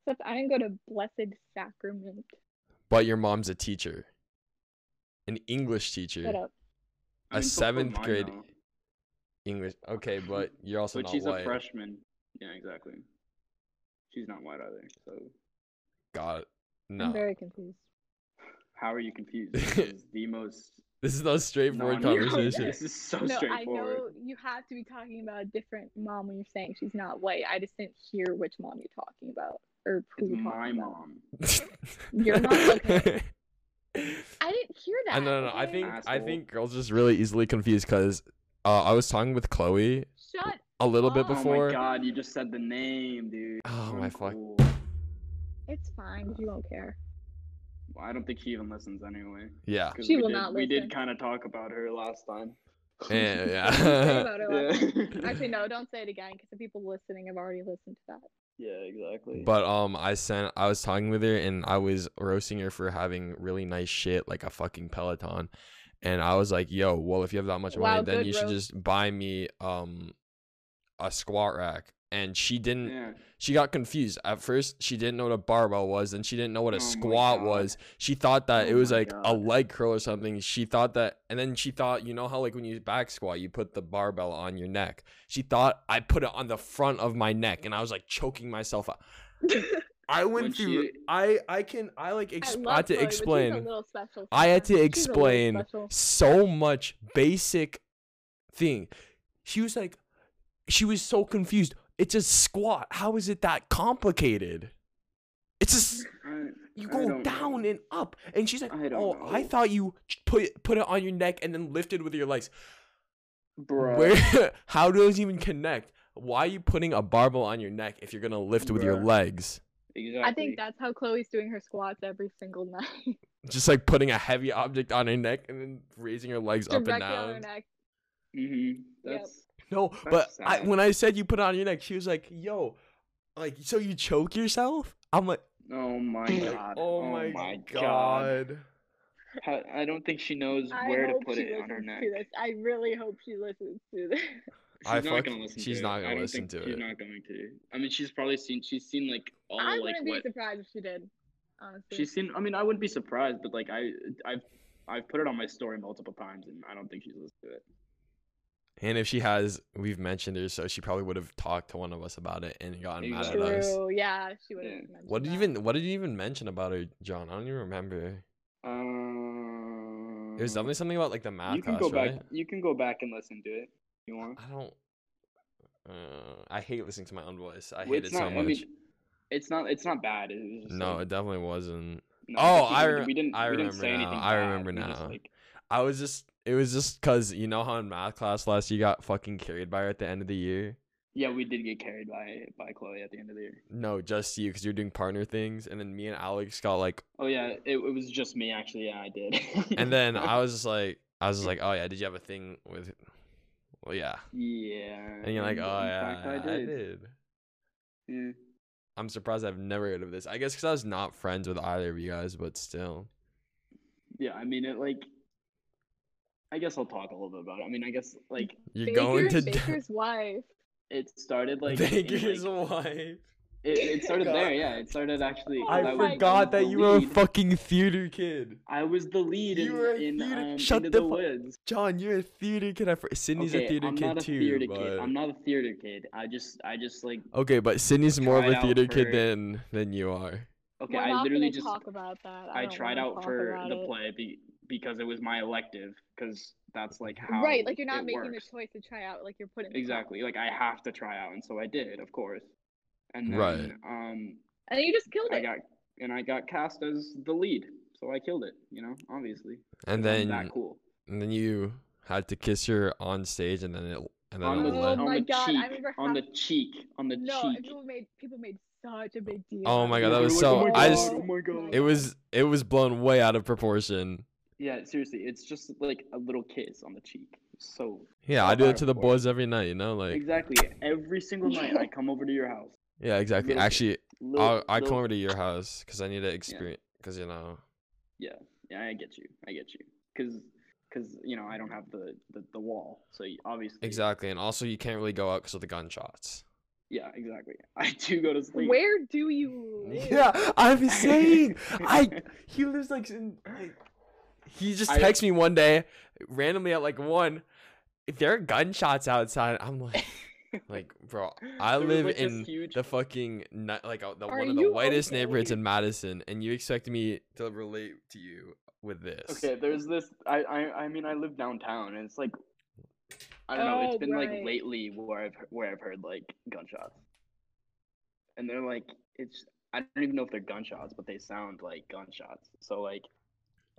Except I didn't go to Blessed Sacrament.
But your mom's a teacher, an English teacher,
Shut up.
A
so for
seventh
mine,
grade
though.
English. Okay, but you're also
but
not
she's
white.
a freshman. Yeah, exactly. She's not white either. So
God,
I'm
no.
very confused.
how are you confused? This is the most
This is not a straightforward
non-
conversation.
This is so
no, I
straightforward.
know you have to be talking about a different mom when you're saying she's not white. I just didn't hear which mom you're talking about or who
It's
you're
my
talking about.
mom.
You're not okay. I didn't hear that.
I no, no, no. I
okay?
think I
Asshole.
think girls just really easily confused because uh, I was talking with Chloe
Shut.
a little bit
Oh my
Oh
before.
my god, you just said the name, dude.
Oh, my fuck.
Uncool.
It's fine. 'cause You won't care.
Well, I don't think she even listens anyway.
yeah,
'cause
She
we
will
did,
not
We did
listen.
kind of talk about her last time.
yeah,
Think
yeah.
about it
yeah.
last- Actually, no. Don't say it again because the people listening have already listened to that.
Yeah, exactly.
But um, I sent. I was talking with her, and I was roasting her for having really nice shit, like a fucking Peloton. And I was like, "Yo, well, if you have that much money,
Wow,
then
good
you should
roast.
just buy me um a squat rack." And she didn't.
yeah.
She got confused. At first, she didn't know what a barbell was, and she didn't know what a
Oh my
squat
God.
was. She thought that
Oh
it was
my
like a
God.
leg curl or something. She thought that, and then she thought, you know how like when you back squat, you put the barbell on your neck. She thought I put it on the front of my neck, and I was like choking myself out. I went
When
through.
she-
I I can I like
I
exp- I,
love
had to
Chloe, but she's a
explain
little special
I had
sometimes.
to
She's a little
explain
special.
so much basic thing. She was like, she was so confused. It's a squat. How is it that complicated? It's just
I-
you
I
go
don't
down
know.
and up, and she's like,
I don't
"Oh, I
know.
thought you ch- put it- put it on your neck and then lifted with your legs."
Bruh.
Where? How does it even connect? Why are you putting a barbell on your neck if you're gonna lift with your
Bruh.
legs?
Exactly.
I think that's how Chloe's doing her squats every single night.
Just like putting a heavy object on your neck and then raising your legs up and
Directly on her
down.
neck.
Mm-hmm. That's
No,
That's
but I,
sad.
when I said you put it on your neck, she was like, "Yo, like so you choke yourself?" I'm like,
oh my
like,
god.
"Oh my,
god.
god.
How- I don't think she knows
I
where to
hope
put
she
it on her
listens
neck.
to this. I really hope she listens to this.
She's
I
not
fuck-
gonna listen
she's
to
not
it.
gonna
I don't
listen
think
to
she's
it.
not going to. I mean, she's probably seen. She's seen like all
I
like
wouldn't
what
be surprised if she did. Honestly,
she's seen. I mean, I wouldn't be surprised, but like I, I've, I've put it on my story multiple times, and I don't think she's listened to it.
And if she has, we've mentioned her, so she probably would have talked to one of us about it and gotten mad at us.
true. Yeah, she would have.
Yeah.
mentioned
What did you
that.
even What did you even mention about her, John? I don't even remember.
Um,
It was definitely something about like the math
Mm. You can
class,
go
right?
back. You can go back and listen to it. if You want?
I don't. Uh, I hate listening to my own voice. I
Well,
hate
it's
it so
not-
much.
I mean, it's not. It's not bad. It was just
no,
like-
it definitely wasn't.
no,
oh,
it's just
I
like
rem-
we didn't.
I
we didn't
remember
say
now,
anything
I
bad,
remember
we just,
now.
like-
I was just. It was just because you know how in math class last you got fucking carried by her at the end of the year.
yeah, we did get carried by by Chloe at the end of the year.
No, just you because you're doing partner things, and then me and Alex got like,
Oh yeah, it, it was just me actually. Yeah, I did.
and then I was just like, I was just like, oh yeah, did you have a thing with? Well, yeah,
yeah.
and you're like, oh
in
yeah,
fact, I did. Yeah.
I'm surprised I've never heard of this. I guess because I was not friends with either of you guys, but still.
Yeah, I mean it like I guess I'll talk a little bit about it. I mean I guess like
You're
Baker,
going to d-
Baker's wife.
it started like, in,
Baker's
like, Oh
wife.
it, it started
God.
there, yeah. It started actually
I
I
was
forgot
the
that you were a
lead-
fucking theater kid.
I was the lead
You were a
in, in
theater-
um,
Shut
Into
the
the,
fu-
Woods.
John, you're a theater kid. I for- Sydney's
okay,
a theater
I'm
kid
not a
too.
theater
but...
kid. I'm not a theater kid. I just I just like
Okay, but Sydney's more of
tried
a
out
theater kid
for-
than than you are.
okay,
We're
I
not
literally
gonna
just
talk about that.
I
I, don't
tried
wanna
out
talk
for
about
the
it.
play be, because it was my elective cuz that's like how
Right, like you're not
it
making
works.
the choice to try out. Like you're putting the time.
Exactly. Like I have to try out, and so I did, of course. And then,
Right.
Um,
and then you just killed
I
it.
got and I got cast as the lead, so I killed it. You know, obviously.
And
'cause
then
I'm that cool.
and then you had to kiss her on stage, and then it and then
On
it
the,
the-
left.
Oh
on
my
the
God, I
cheek,
remember
on the
how-
cheek, on the
no, and
cheek.
people made people made such a big deal.
Oh my
out
God,
of
that
it.
was
Everyone's
so-
like,
I
"Oh my
just-
God, oh my god.
It was it was blown way out of proportion.
yeah, seriously, it's just like a little kiss on the cheek. So
Yeah, I
out
do
of
it to the
proportion.
boys every night. You know, like
exactly, every single night I come over to your house.
yeah, exactly.
little-
Actually,
Little,
I'll, I come
little-
over to your house because I need to experience. Because you know,
Yeah, I get you. I get you. Cause, cause you know I don't have the the, the wall, so you- obviously.
exactly, and also you can't really go out because of the gunshots.
Yeah, exactly. I do go to sleep.
Where do you live?
I'm he lives like in. Like, he just
I-
texts me one day, randomly at like one. If there are gunshots outside, I'm like, like bro, I
There was,
live
like, this
in
huge-
the fucking ni- like uh, the,
Are
one of the
you
whitest
okay?
neighborhoods in Madison, and you expect me to relate to you with this?
Okay, there's this. I, I I mean, I live downtown, and it's like I don't know. It's
Oh,
been
right.
like lately where I've where I've heard like gunshots, and they're like it's. I don't even know if they're gunshots, but they sound like gunshots. So like,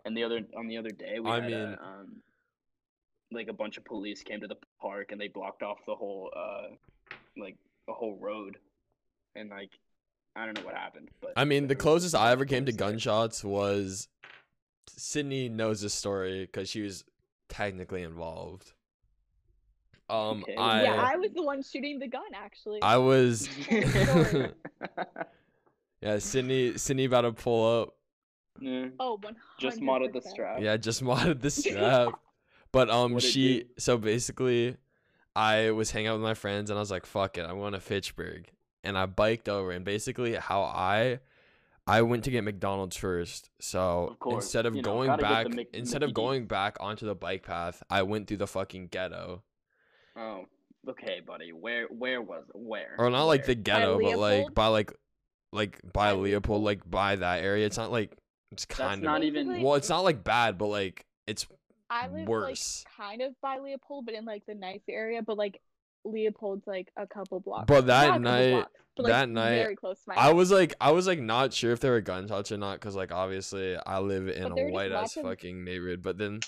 and the other on the other day we
I
had
mean-
a, um, like a bunch of police came to the park and they blocked off the whole uh, like the whole road, and like I don't know what happened, but
I mean, the
there was
closest
a
I
bunch
ever
of
came to
police there.
gunshots was Sydney knows this story because she was technically involved. Um,
Okay.
I,
yeah,
I
I was the one shooting the gun actually.
was
Sorry.
yeah Sydney Sydney about to pull up
Yeah.
oh, one hundred.
Just modded the strap.
yeah just modded the strap, but um
What'd it
she
do?
so basically I was hanging out with my friends and I was like fuck it I'm going to Fitchburg and I biked over and basically how I I went to get McDonald's first. So
Of course,
instead of
you know,
going
gotta get the
back
Mc-
instead
Mickey
of
D's.
going back onto the bike path, I went through the fucking ghetto.
Oh, okay, buddy. Where where was where?
Or not like the
Where?
ghetto, but like
Leopold?
by like like by Leopold, like by that area. It's not like it's
That's
kind
not
of
even.
Basically-
well, it's not like bad, but like it's
I live
worse.
like kind of by Leopold, but in like the nice area. But like Leopold's like a couple blocks.
But that
Not a couple
night-
blocks, but, like,
that night,
very close to my
I
house.
was like I was like not sure if there were gunshots or not because like obviously I live in
But
a
there were just
white ass
lots of-
fucking neighborhood. But then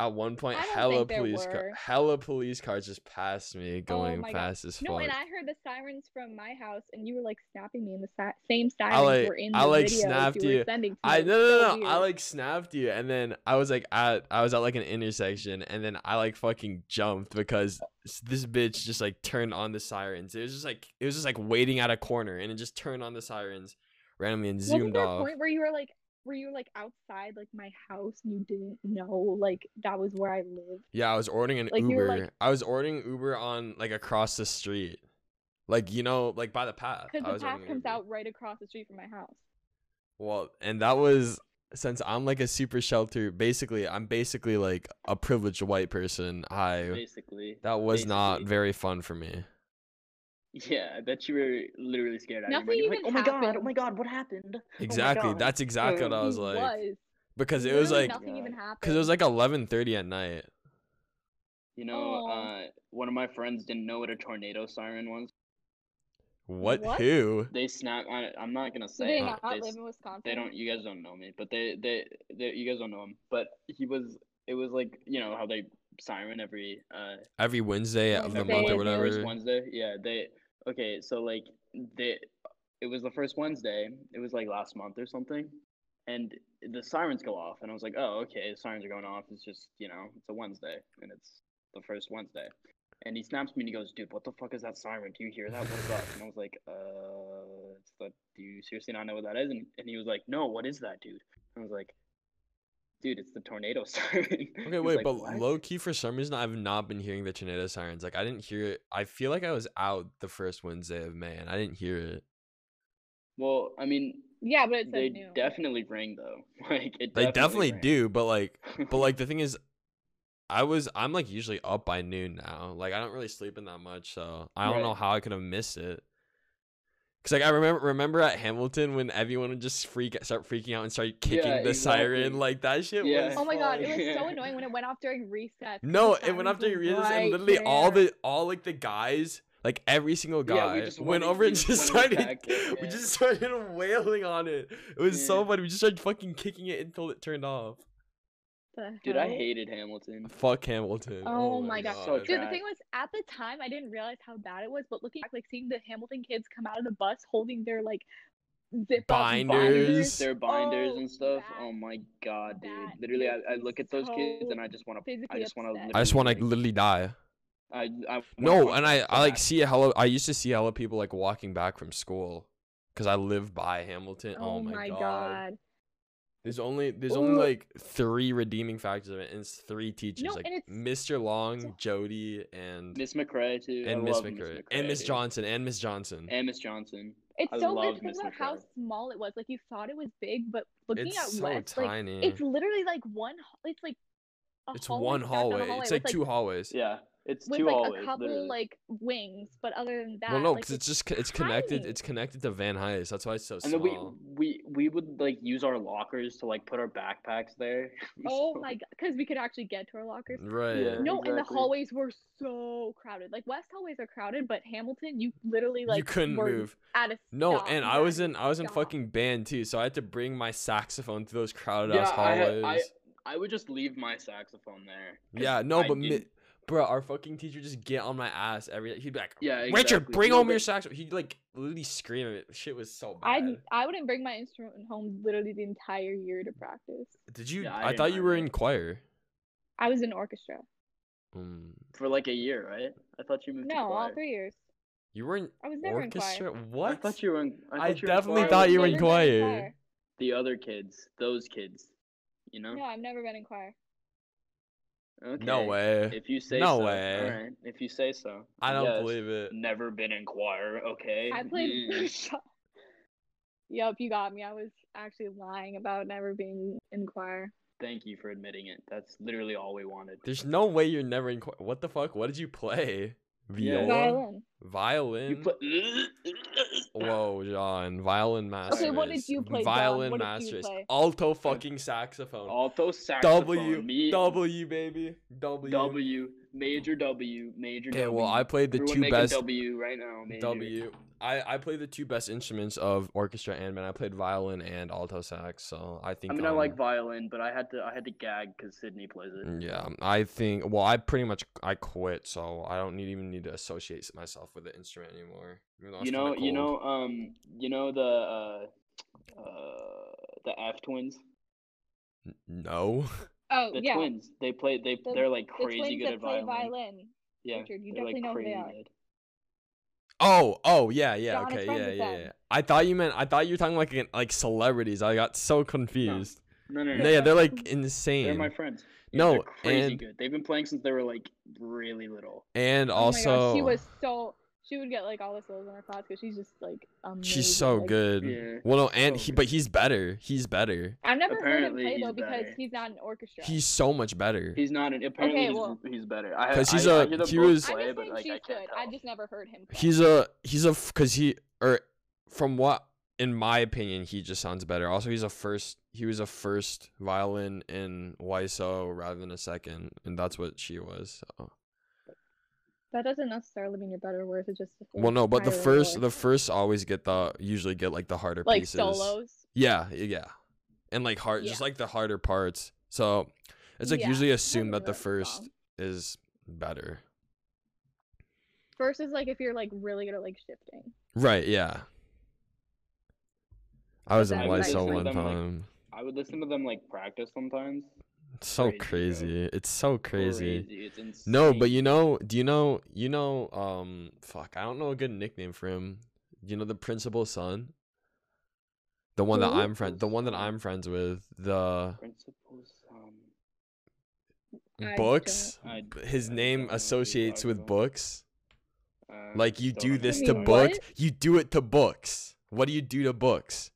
at one point,
I don't
hella
think there
police car,
were. Oh
hella police cars just passed me going
my God.
fast as fuck.
No, and I heard the sirens from my house, and you were like snapping me, and the si- same sirens
like-
were in the
I, like,
videos
snapped
you
you.
were sending to
I
me. It
no
was so
no no. I
weird.
like snapped you, and then I was like at I was at like an intersection, and then I like fucking jumped because s- this bitch just like turned on the sirens. It was just like it was just like waiting at a corner, and it just turned on the sirens randomly and
Wasn't
zoomed
there a
off.
point where you were like, were you like outside like my house and you didn't know like that was where I lived?
Yeah, I was ordering an
Like, you
Uber.
were, like-
I was ordering Uber on like across the street, like you know, like by the path. I
Because
was
the path
ordering an
comes
Uber.
out right across the street from my house.
Well, and that was since I'm like a super shelter. Basically, I'm basically like a privileged white person. I
Basically.
that was not
Basically.
very fun for
Oh
me.
Yeah, I bet you were literally scared out
Nothing
of your mind. You're
even
like, oh my god, oh
happened.
my god, what happened?
Exactly.
God.
That's exactly what I
Mm.
was
He
like
was.
because it was
Literally
like
nothing even happened.
because it was like 11:30 at night.
You know,
Aw.
uh, one of my friends didn't know what a tornado siren was.
What,
What?
who?
They snap on it. I'm not gonna
Do
say.
they
it,
not
but they,
live
s-
in Wisconsin?
they don't. You guys don't know me, but they, they, they, you guys don't know him. But he was. It was like you know how they siren every uh
Every Wednesday of the
Wednesday,
month or
Wednesday,
First
whatever.
Wednesday. Yeah, they okay, so like they it was the first Wednesday. It was like last month or something. And the sirens go off and I was like, "Oh, okay, the sirens are going off. It's just, you know, it's a Wednesday and it's the first Wednesday." And he snaps me and he goes, "Dude, what the fuck is that siren? Do you hear that? What's up?" And I was like, "Uh, it's the, do you seriously not know what that is?" And, and he was like, "No, what is that, dude?" And I was like, "Dude, it's the tornado siren." He
Okay,
was
wait,
like,
but
"What?"
low key for some reason I've not been hearing the tornado sirens. Like I didn't hear it. I feel like I was out the first Wednesday of May and I didn't hear it.
Well, I mean,
Yeah, but it's
they
new.
definitely ring though. Like it.
They definitely,
ring.
do, but like but like the thing is I was I'm like usually up by noon now. Like I don't really sleep in that much, so I don't
Right.
know how I could have missed it. Cause like I remember remember at Hamilton when everyone would just freak start freaking out and start kicking
Yeah,
the siren
exactly.
like that shit
Yeah.
was
Oh my god, it
fun.
was so
Yeah.
annoying when it went off during recess.
No,
The
it went
sirens
after you
were
read this,
right
and literally all
there.
the all like the guys, like every single
Yeah, we
guy,
just
went
wanted
over and
you-
just
wanted to
started.
attack it,
We
yeah.
just started wailing on it. It was so
Yeah.
funny. We just started fucking kicking it until it turned off.
The
Dude, I
hell?
hated Hamilton.
Fuck Hamilton.
Oh my God.
So
Dude, the
trash.
thing was, at the time, I didn't realize how bad it was. But looking back, like seeing the Hamilton kids come out of the bus holding their like zip
Binders.
Their binders
Oh,
and stuff.
that-
Oh my god, dude.
that
Literally, I,
makes
I
me
look at those kids
so
and I just want to.
physically
I just want
upset.
I just want
Literally,
to literally die.
I. I wanna
No,
punch
and
them
I
so
I like
bad.
see a hella. I used to see hella people like walking back from school, cause I live by Hamilton. Oh, my, god. There's only there's only
Ooh.
like three redeeming factors of it, and it's three teachers
No,
like
and it's-
Mr. Long, Jody, and
Miss McRae too. I
and Miss
love
McCray and Miss
dude.
Johnson and Miss Johnson.
And Miss Johnson.
It's
I
so
love
weird to think
Miss
about how
McRae.
small it was. Like you thought it was big, but looking
It's
out
so
west, like
tiny.
it's literally like one. h- It's like a
Mm. it's one
stacked on a
hallway. It's like
with,
two hallways.
Yeah, it's
with
two
like
always.
a couple
literally.
like wings, but other than that,
Well, no,
like,
because it's just co- it's connected.
tiny.
It's connected to Van Nuys. That's why it's so
and then we
small.
we we would like use our lockers to like put our backpacks there.
oh
So-
my god, because we could actually get to our lockers.
right.
Yeah.
No, and the
Exactly.
hallways were so crowded. Like West hallways are crowded, but Hamilton, you literally like
you couldn't
were
move.
At a
No,
stop.
and
You
I
had
was
to
in I was in
stop.
fucking band too, so I had to bring my saxophone through those crowded ass
Yeah, I
hallways.
had- I- I would just leave my saxophone there. 'cause
yeah, no,
I
but mi-
didn't-
bro, our fucking teacher just get on my ass every. He'd be like,
yeah,
Richard,
exactly.
bring
No,
home
but-
your saxophone. He'd like literally scream it. Shit was so bad.
I I wouldn't bring my instrument home literally the entire year to practice.
Did you?
Yeah, I
I,
didn't
thought you
mind
were
it.
in choir.
I was in orchestra.
Mm.
for like a year, right? I thought you moved. to
No, all
choir.
three years.
You were in
I was never in
orchestra.
choir.
What?
I thought you were in. I, thought
I
you were in
definitely
choir
I
thought
with
was
you were in
never
the-
been
choir.
The other kids, those kids, you know.
No, I've never been in choir.
No
Okay,
way.
If you say
No
so.
way.
All right. If you say so.
I don't
Yes.
believe it.
Never been in choir. Okay.
I played.
Mm.
yep, you got me. I was actually lying about never being in choir.
Thank you for admitting it. That's literally all we wanted.
There's no way you're never in choir. What the fuck? What did you play?
Yeah.
Viola?
Violin.
Violin?
You put.
Whoa, John, violin master.
Okay, what did you play, John?
Violin
What did you
master.
play?
Alto fucking saxophone.
Alto saxophone.
W
me,
W baby W
W, major W, major
Okay,
W.
well I played the
Everyone
two
make a
best
W right now. Major.
W. I I played the two best instruments of orchestra and band. I played violin and alto sax, so I think.
I mean, I
um,
like violin, but I had to I had to gag because Sydney plays it.
Yeah, I think. Well, I pretty much I quit, so I don't need even need to associate myself with the instrument anymore. even though it's
you know,
kinda
you
cold.
know, um, you know the uh, uh, the F twins,
No.
Oh
the
yeah,
twins. They play. They
The-
they're like
the
crazy
twins
good
that
at
play
violin. Yeah,
Richard, you
they're
definitely
like
know who
crazy
they are.
good.
Oh, oh, yeah, yeah,
John is
okay,
friends
yeah,
with
yeah,
them.
yeah. I thought you meant. I thought you were talking like again- like celebrities. I got so confused.
No, no, no.
Yeah, they're like
they're
insane.
my friends. Yeah,
no,
they're crazy
and
good. They've been playing since they were like really little.
and
Oh my
also
gosh, she was so she would get like all the souls in her class because she's just like amazing.
she's so
like-
good.
Yeah.
Well, no, and
So
he,
good.
but he's better. He's better.
I've never
Apparently
heard him play
he's
though because
better.
he's not an orchestra.
He's so much better.
He's not an apparently
Okay,
he's,
well-
he's better. I
'Cause he's
a
a- he was-
I'm
play,
just
but
saying
like I
she's
can't
good. I
tell.
just never heard him. Play.
He's a he's a because he or from what in my opinion he just sounds better. Also, he's a first. He was a first violin in YSO rather than a second, and that's what she was. So.
that doesn't necessarily mean you're better or worse. It's just
Well, no, but the
higher or
first the
lower.
first always get the usually get like the harder
like
pieces.
solos.
Yeah, y- yeah, and like hard, just
Yeah.
like the harder parts. So it's like
Yeah,
usually
that's
assumed
a
that the
really
first
song.
is better.
First is like if you're like really good at like shifting.
Right? Yeah. I was in
then, like,
YSO
some of
one
them, like,
time.
I would listen to them like practice sometimes.
It's so
crazy, bro.
crazy. It's so crazy.
It's insane.
No, but you know, do you know, you know, um, fuck, I don't know a good nickname for him. You know, the principal's son, the one that
Who?
I'm friend, the one that I'm friends with, the
principal's son.
I
books.
don't- I-
b- His
I don't know
name
what you're
associates
talking
with
about.
books.
Uh,
Like you
don't
do
remember.
this
Wait,
to
what?
books. You do it to books. What do you do to books?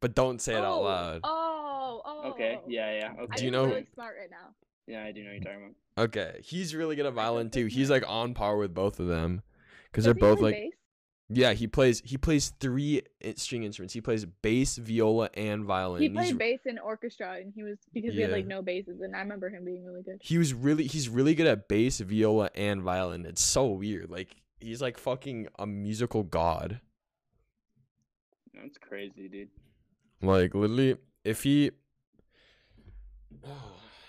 But don't say it out
Oh,
loud.
Oh, oh.
Okay. Yeah. Yeah.
I
Okay.
Do you
think
know-
I'm really smart right now.
Yeah, I do know what you're talking about.
Okay, he's really good at violin
his
too. He's like on par with both of them, because they're
Does he
both
play
like
bass?
Yeah, he plays. He plays three i- string instruments. He plays bass, viola, and violin.
He
And he's-
played bass in orchestra, and he was because we had
Yeah.
like no basses, and I remember him being really good.
he was really. He's really good at bass, viola, and violin. It's so weird. Like he's like fucking a musical god.
That's crazy, dude.
Like literally, if he,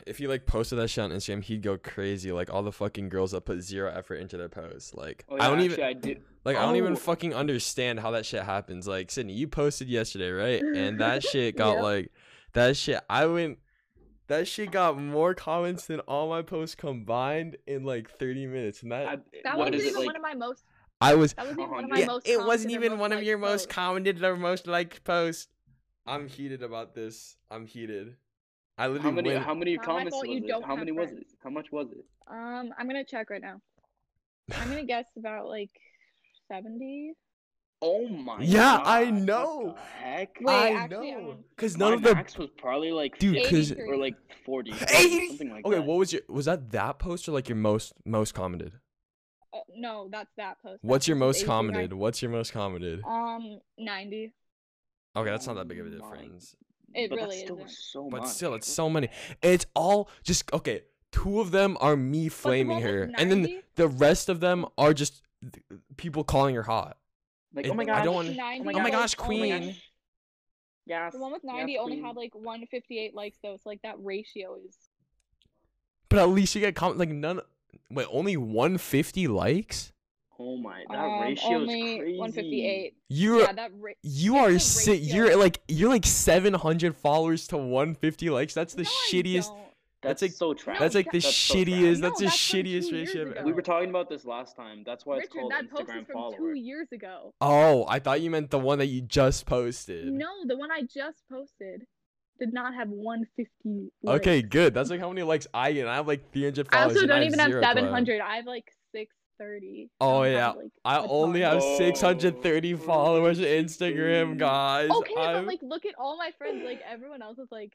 if he like posted that shit on Instagram, he'd go crazy. Like all the fucking girls that put zero effort into their posts. Like
Oh, yeah,
I don't
actually,
even.
I do.
Like I don't even
Oh.
fucking understand how that shit happens. Like Sydney, you posted yesterday, right? And that shit got
Yep.
like that shit. I went. That shit got more comments than all my posts combined in like 30 minutes, and
I,
that
That
what
wasn't
is
even
it like?
one of my most.
I was.
That wasn't even one of my
Yeah,
most.
it
comments
wasn't
or
even one of
liked
your most
posts.
commented or most liked posts. I'm heated about this. I'm heated. I literally
how many?
went-
How many
Not my
comments
fault
was
you
it?
don't
How
have
many was it?
friends.
How much was it?
Um, I'm gonna check right now. I'm gonna guess about like seventy.
Oh my.
Yeah,
God,
I
what the
know.
heck?
Wait,
I
actually, I
know,
don't-
because
My
none of the
max was probably like
dude,
50
because
83.
or like forty.
80?
Something like
okay,
that.
what was your was that that post or like your most most commented?
Uh, no, that's that post. That
What's your
post was
most
89.
commented? What's your most commented?
Um, ninety.
Okay, that's not that big of a
Oh
my
difference.
It
but
really
that still
isn't.
was so much.
But still, it's
What
so
the
many.
heck?
It's all just okay. Two of them are me flaming
one with
her, and then
90?
the rest of them are just th- people calling her hot.
Like,
it-
oh my
I
gosh.
don't wanna-
my
Oh my gosh,
gosh,
queen!
Yes.
The one with
yes,
90 only
queen.
had like 158 likes though, so like that ratio is
But at least you get comment like none. Wait, only 150 likes.
Oh my, that
um,
ratio is
only
crazy.
158.
You're
Yeah, that ra-
you
it's
are
a
si-
ratio.
you're like you're like 700 followers to 150 likes. That's the
No, I
shittiest.
don't.
That's
That's,
like-
so trash.
That's
No,
like the
that's so
shittiest.
trash.
that's the
No, that's from two
shittiest
years
ratio. I've
ago.
ever-
We were talking about this last time. That's why it's
Richard,
called
that post
Instagram
is from
follower.
two years ago.
Oh, I thought you meant the one that you just posted.
No, the one I just posted did not have 150. Likes.
Okay, good. That's like how many likes I get. and I have like 300
I
followers.
also
and
don't even have
zero followers.
700. I have like 630. I
Oh,
don't have,
yeah.
like,
I
a
only
ton.
have
Oh,
630 followers on
shoot.
Instagram, guys.
Okay,
I'm-
but like look at all my friends. Like everyone else is like.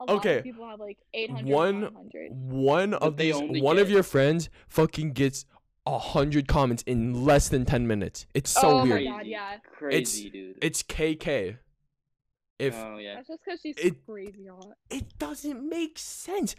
A lot
Okay.
Of people have like 800.
One-
900.
one of
they
these,
only
one of
get-
your friends fucking gets a hundred comments in less than ten minutes. It's so
Oh my
weird.
God, yeah.
Crazy, dude.
It's KK. If
oh yeah,
That's just because she's
It-
crazy hot.
it doesn't make sense,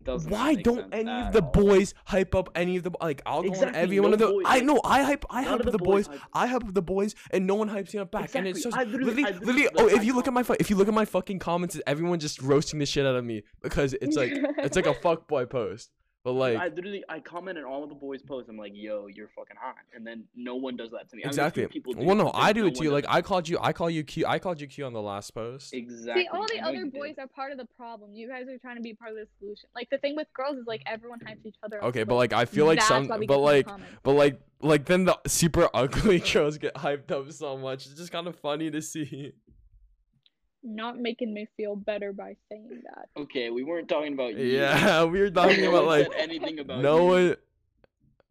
Doesn't
why
make
don't
sense
any
at
of the
all.
boys hype up any of the like? I'll go on
Exactly,
every one
no
of the.
boys
I
hype-
know I hype. I
none
hype
of
up the
the
boys.
boys hype-
I hype up the boys, and no one hypes me up back. And it's just
Exactly, I literally-
literally,
I
literally,
literally
Oh,
like
if
I
you look at my fu- if you look at my fucking comments, it's everyone just roasting the shit out of me because it's like it's like a fuckboy post. But like
I literally I comment on all of the boys' posts. I'm like, "Yo, you're fucking hot," and then no one does that to me. I mean, a few
exactly.
people do,
Well, no,
but then
I do
no
it to
one
you. Like
does.
I called you. I call you Q. I called you Q on the last post.
exactly.
See, all
I
the
know
other
you did.
boys are part of the problem. You guys are trying to be part of the solution. Like the thing with girls is like everyone hypes each other. up,
Okay, but like I feel like
that's
some,
why we
but
get so many
like,
comments.
but like, like then the super ugly girls get hyped up so much. It's just kind of funny to see.
not making me feel better by saying that.
Okay, we weren't talking about you.
Yeah, we were
No
talking about
one
like
said anything about
no
you.
one,
okay,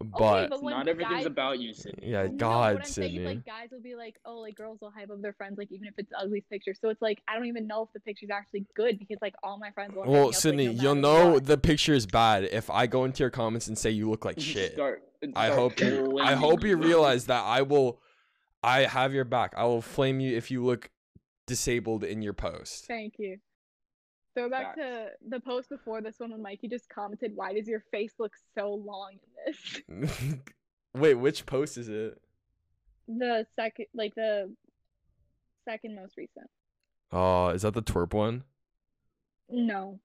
but
but when
Not everything's
guys,
about you, Sydney.
yeah,
No,
God,
what I'm saying
Sydney.
is like guys will be like, oh, like girls will hype up their friends, like even if it's the ugliest picture. So it's like I don't even know if the picture's actually good because like all my friends. Will hype me
well,
up, like,
Sydney,
no
you'll
matter
know
what.
the picture is bad if I go into your comments and say you look like shit.
Start,
I
start
hope you, I
blaming
hope you
me.
realize that I will, I have your back. I will flame you if you look disabled in your post.
Thank you. So back to
Facts.
the post before this one when Mikey just commented, "Why does your face look so long in this?"
Wait, which post is it?
The second, like the second most recent.
Oh, is that the twerp one?
No,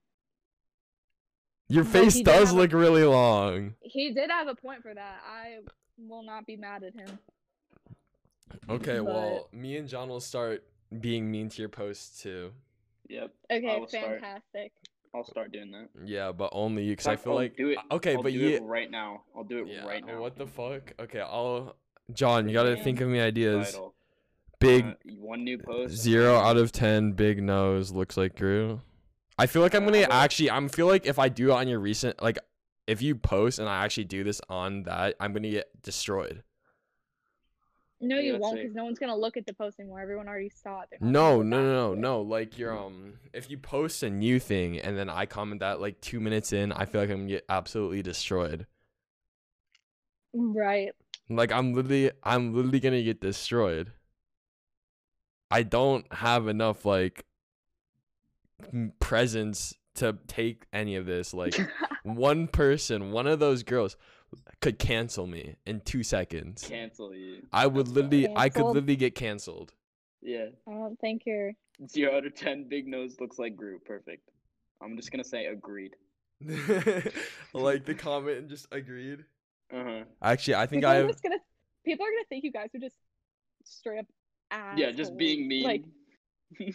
Your
But
face
he did
does
have a-
look really long.
he did have a point for that. I will not be mad at him.
Okay,
But-
well, me and John will start being mean to your posts too.
Yep.
Okay,
will start.
fantastic.
I'll start doing that.
Yeah, but only you, because I
Fuck,
feel
I'll
like
do it.
okay,
I'll
but
do
you
it right now. I'll do it
yeah,
right now.
What the fuck? Okay, I'll John, you gotta
Man.
think of me ideas.
Title.
Big
Uh, one new post.
zero out of ten. Big nose looks like Drew. I feel like I'm
Uh,
gonna
what-
actually. I'm feel like if I do it on your recent like. If you post and I actually do this on that, I'm gonna get destroyed.
No,
Yeah,
you
let's
won't,
see.
because no one's gonna look at the post anymore. Everyone already saw it. They're not
No,
gonna go
no,
back
no, no,
to it.
no. Like you're um, if you post a new thing and then I comment that like two minutes in, I feel like I'm gonna get absolutely destroyed.
Right.
Like I'm literally, I'm literally gonna get destroyed. I don't have enough like m- presence to take any of this. Like one person, one of those girls, could cancel me in two seconds.
Cancel you.
I would
That's
literally, I could
Canceled?
literally get canceled.
Yeah.
I don't think you're.
Zero out of ten. Big nose looks like Groot. Perfect. I'm just gonna say agreed.
like the comment and just agreed.
Uh huh.
Actually, I think
people
I
are
have.
just gonna. People are gonna think you guys are just straight up. Assholes.
Yeah, just being mean.
Like,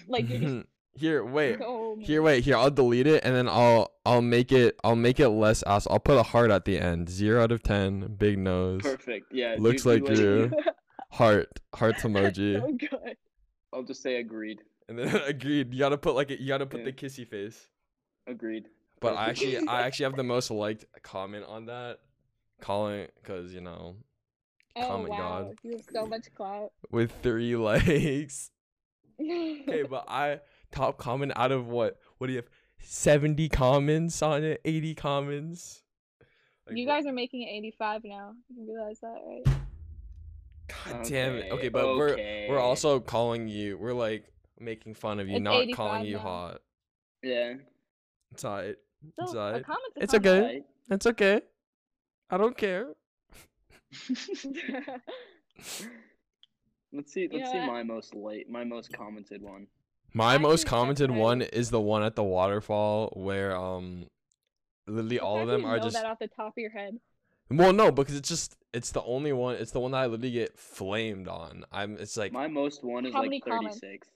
like you're just
here, wait,
so mean.
here, wait, here. I'll delete it and then I'll I'll make it I'll make it less ass. I'll put a heart at the end. Zero out of ten. Big nose.
Perfect. Yeah.
Looks
dude,
like
you
Drew. Heart. Heart
That's
emoji.
so good.
I'll just say agreed.
and then agreed. You gotta put like a, you gotta put
Yeah.
the kissy face.
Agreed.
But I actually I actually have the most liked comment on that. Calling because you know
Oh
Comment
wow,
God.
you have so much clout.
with three likes. Okay,
okay,
but I top comment out of what? What do you have? Seventy comments on it. Eighty comments. Like,
you
what-
guys are making it 85 now. You realize that, right?
God damn it. Okay, but we're we're
okay.
also calling you. We're like making fun of you,
It's
not calling
85
you
now.
hot.
Yeah.
It's alright.
So,
It's
a
alright.
comment's a
It's
comment.
okay.
Right.
It's okay. I don't care.
Let's see.
You
Let's
know
see
what?
my most late, my most commented one.
My
I
most
think that's
commented
right.
one is the one at the waterfall where um literally all
How
of
do
them
you
are
know
just
that off the top of your head.
Well no, because it's just it's the only one it's the one that I literally get flamed on. I'm it's like
my most one is
How
like
many comments?
36.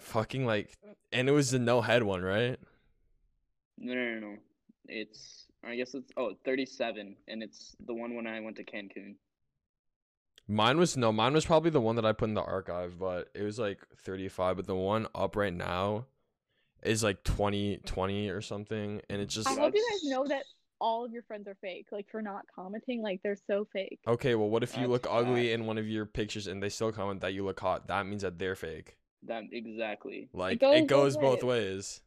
fucking like and it was the no head one, right?
No, no, no, no. It's I guess it's oh 37, and it's the one when I went to Cancun.
Mine was no, mine was probably the one that I put in the archive, but it was like 35. But the one up right now is like 20, 20 or something, and it's just
I
Dude,
hope you
that's-
guys know that all of your friends are fake. Like for not commenting, like they're so fake.
okay. Well, what if you
That's
look ugly
facts.
in one of your pictures and they still comment that you look hot? That means that they're fake.
That exactly.
Like it goes,
goes both
both ways.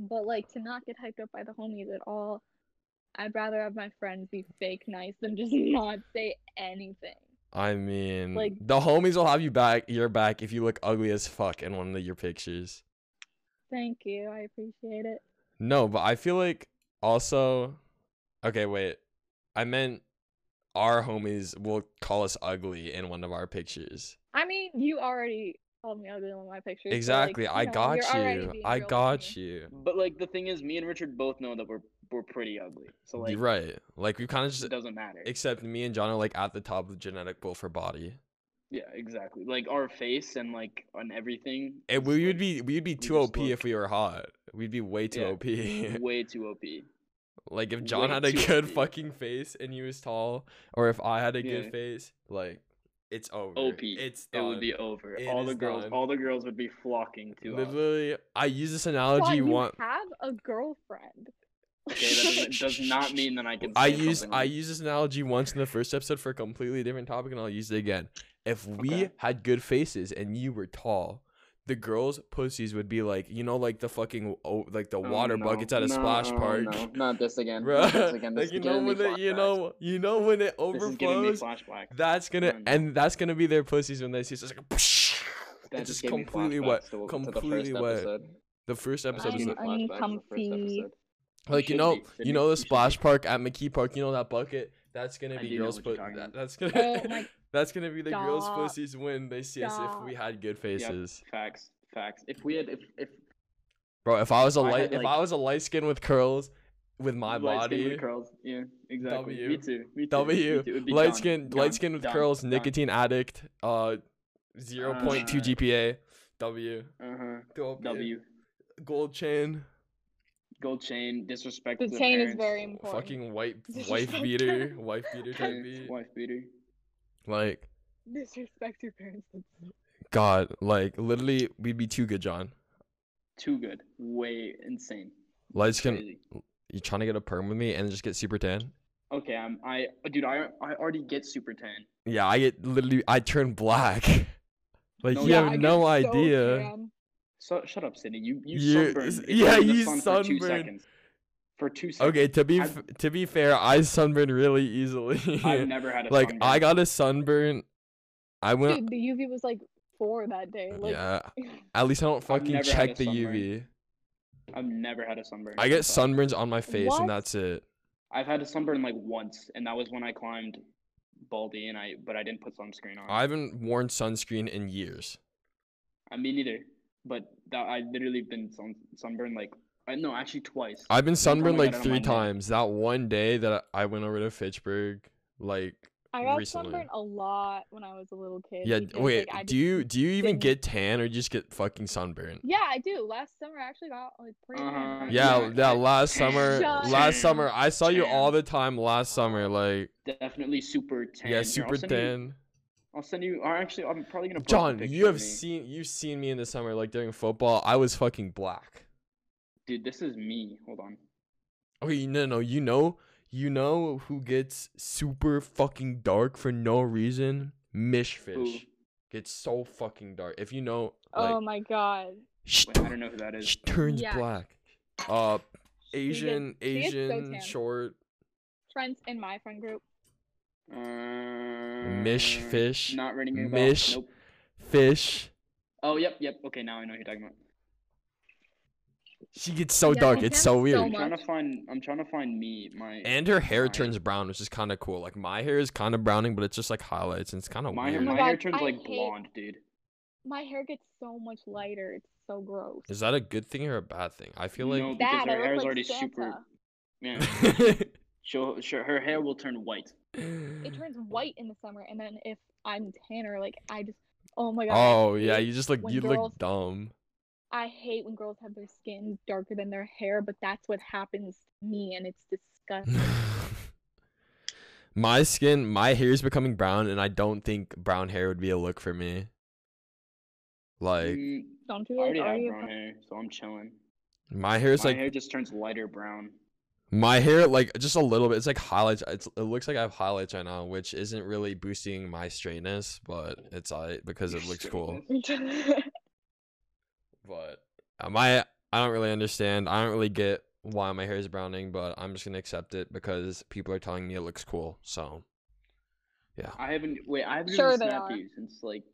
But like to not get hyped up by the homies at all. I'd rather have my friends be fake nice than just not say anything.
I mean,
Like-
the homies will have you back, your back, if you look ugly as fuck in one of your pictures.
Thank you. I appreciate it.
No, but I feel like also, okay, wait, I meant our homies will call us ugly in one of our pictures.
I mean, you already called me ugly on my picture.
Exactly, I got you. I got you.
But like the thing is, me and Richard both know that we're we're pretty ugly. So like
You're right. Like we kind of just
it doesn't matter.
except me and John are like at the top of genetic pool for body.
yeah, exactly. Like our face and like on everything.
And
is,
we
like,
would be we'd be
we
too
just
OP if
look-
we were hot. We'd be way too
Yeah.
OP.
way too op.
like if John
way
had a
too
good
OP.
fucking face and he was tall, or if I had a good
Yeah.
face, like it's over.
OP.
It's
It would
done.
be over.
It
all
is
the girls,
done.
all the girls would be flocking to us.
Literally, I use this
Well,
analogy
you
one.
have a girlfriend.
Okay, that doesn't, does not mean that I can.
I
say
use
something
I
like-
use this analogy once in the first episode for a completely different topic, and I'll use it again. If we
Okay.
had good faces and you were tall, the girls' pussies would be like you know, like the fucking oh, like the
Oh,
water
no.
buckets at a
No,
splash
oh,
park.
No, not this again.
Bruh,
Not this again.
like
This is
you know
giving me
when it, you
flashbacks.
know you know when it
This is giving me
overflows,
Mm. flashbacks.
that's gonna
No, no.
and that's gonna be their pussies when they see it's just like
That
it's just
gave me
completely
flashbacks
wet,
to- to the
completely
first
wet.
episode.
The first
That
episode was
gave me
like,
I'm
flashbacks to the first
uncomfy.
episode. It
like you
should
know
be- should
you
be-
know the
it should be.
splash park at McKee Park. You know that bucket. That's gonna
I
be
do know
girls'
what you're
put.
talking
That,
about.
that's gonna.
Oh my
that's gonna be the girls'
Stop.
pussies when they see us if we had good faces,
Facts, facts. If we had, if if
bro. If I was a
I had,
light, if
like-
I was a light skin with curls, with my
light skin
body,
with curls, yeah, exactly.
W.
Me too. Me too.
W
Me too. It'd be
light
done,
skin,
done,
light skin with
done,
curls,
done.
nicotine addict, uh, zero point two
Uh,
GPA, W,
Uh-huh.
throw up your
W.
gold chain,
Gold chain. Disrespect.
The
to
chain is
parents,
very important.
fucking wife,
This
wife
is-
beater, wife beater type
Parents,
beat,
wife beater.
like.
Disrespect your parents.
God, like literally, we'd be too good, John.
Too good. Way insane.
Light skin,
Crazy.
you trying to get a perm with me and just get super tan?
Okay, I'm. I dude, I I already get super tan.
Yeah, I get literally, I turn black. like
No,
you
yeah,
have
I get
no
so
idea.
tan.
So shut up, Sydney. You you
You-
sunburned. if
yeah,
you're in the
you
sun For two
sunburned.
seconds. For two seconds.
okay, to be
I've-
f- to be fair, I sunburn really easily.
I've never had a
like
sunburn.
I got a sunburn. I went.
Dude, the UV was like four that day. Like,
yeah, at least I don't fucking
never had
check
a
the
sunburn.
UV.
I've never had a sunburn.
I get
So-
sunburns on my face
What?
and that's it.
I've had a sunburn like once, and that was when I climbed Baldy, and I but I didn't put sunscreen on.
I haven't worn sunscreen in years.
I mean neither, but that I literally been sun sunburned like I no actually twice.
I've been
time
sunburned
I
like
got it on
three
my neck.
times. That one day that I went over to Fitchburg, like
I got
recently.
sunburned a lot when I was a little kid.
yeah.
because,
Wait,
like, I
do
just-
you do you even
didn't-
get tan or you just get fucking sunburn?
Yeah, I do. Last summer, I actually got like pretty. tan.
Uh-huh.
Yeah,
Yeah,
yeah.
I-
last
tan,
summer,
Shut
last
tan,
summer I saw you all
tan.
the time. Last summer, like
Definitely super tan. Here,
yeah,
I'll
super
send you-
tan.
I'll send you. Or actually, I'm probably gonna. post a
John,
picture
you
of
have
me.
seen you've seen me in the summer, like during football. I was fucking black.
Dude, this is me. Hold on.
Okay, no, no, you know, you know who gets super fucking dark for no reason? Mishfish gets so fucking dark. If you know, like,
oh my god.
she,
Wait, I don't know who that is.
she turns
Yeah.
black. Uh,
She gets-
Asian,
she gets so
Asian,
tan.
short.
friends in my friend group.
Um,
Fish,
Uh, Not ringing a bell.
Mish.
Nope.
Fish.
Oh, yep, yep. Okay, now I know who you're talking about.
She gets so
Yeah,
dark.
she
It's
gets
so
so
weird.
I'm
much.
trying to find. I'm trying to find me. My
And her hair
Right.
turns brown, which is kind of cool. Like my hair is kind of browning, but it's just like highlights, and it's kind of
my,
weird.
my
God,
hair turns
I
like
hate-
blonde, dude.
My hair gets so much lighter. It's so gross.
Is that a good thing or a bad thing? I feel like.
No, because
Bad.
her
I look
hair is
like
already
Santa.
super- Yeah. She'll, she her hair will turn white.
It turns white in the summer, and then if I'm tanner, like I just, oh my god. I
Oh yeah,
hate-
you just look
when
you
girls-
look dumb.
I hate when girls have their skin darker than their hair, but that's what happens to me, and it's disgusting.
my skin, my hair is becoming brown, and I don't think brown hair would be a look for me. Like
Mm,
Don't
I
you
already
like,
have
already
brown hair, so I'm chilling.
my hair is
my
like
hair just turns lighter brown.
my hair like just a little bit. It's like highlights. It's, it looks like I have highlights right now, which isn't really boosting my straightness, but it's I because it looks cool. But um, I I don't really understand. I don't really get why my hair is browning, but I'm just gonna accept it because people are telling me it looks cool. So
I haven't wait. I haven't
Sure
even
they
snapped
are.
you since like.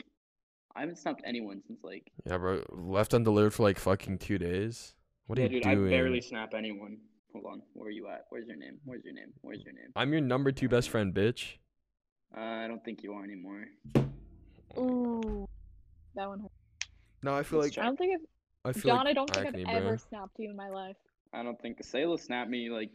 I haven't snapped anyone since like.
yeah, bro, left undelivered for like fucking two days. What are
Yeah,
you
dude,
doing?
I barely snap anyone. Hold on, where are you at? Where's your name? Where's your name? Where's your name?
I'm your number two best friend, bitch.
Uh, I don't think you are anymore.
Ooh, that one hurt.
No, I feel
Let's
like
try.
I don't think I've
I feel
John.
like
I don't think
acne,
I've
bro.
ever snapped you in my life.
I don't think Sayla snapped me like.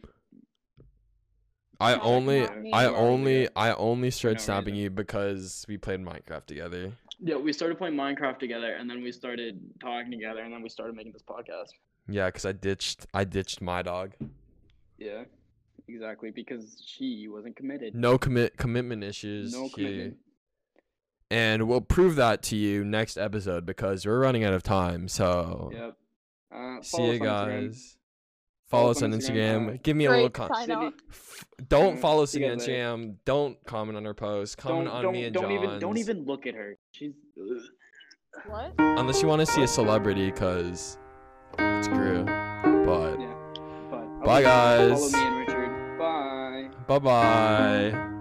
I
John,
only,
not me.
I
Tomorrow we
only,
do.
I only started
No
snapping
reason.
you because we played Minecraft together.
Yeah, we started playing Minecraft together, and then we started talking together, and then we started making this podcast.
Yeah, because I ditched, I ditched my dog.
Yeah, exactly, because she wasn't committed.
No commit commitment issues.
no
here.
commitment.
and we'll prove that to you next episode because we're running out of time. So
Yep. Uh,
see
follow
you
us on Instagram.
guys. Follow
Follow
us on Instagram.
uh,
Give me a
Great
little con-
sign off.
Sydney-
F- Don't
Mm,
follow us
see
on
you guys later.
Instagram. Don't comment on our posts. Comment
don't,
on
don't,
me and
don't
John's.
even don't even look at her. She's. ugh.
What?
unless you want to see a celebrity because it's Grew. But
But
Bye,
otherwise,
guys.
Follow me and Richard. Bye.
bye bye.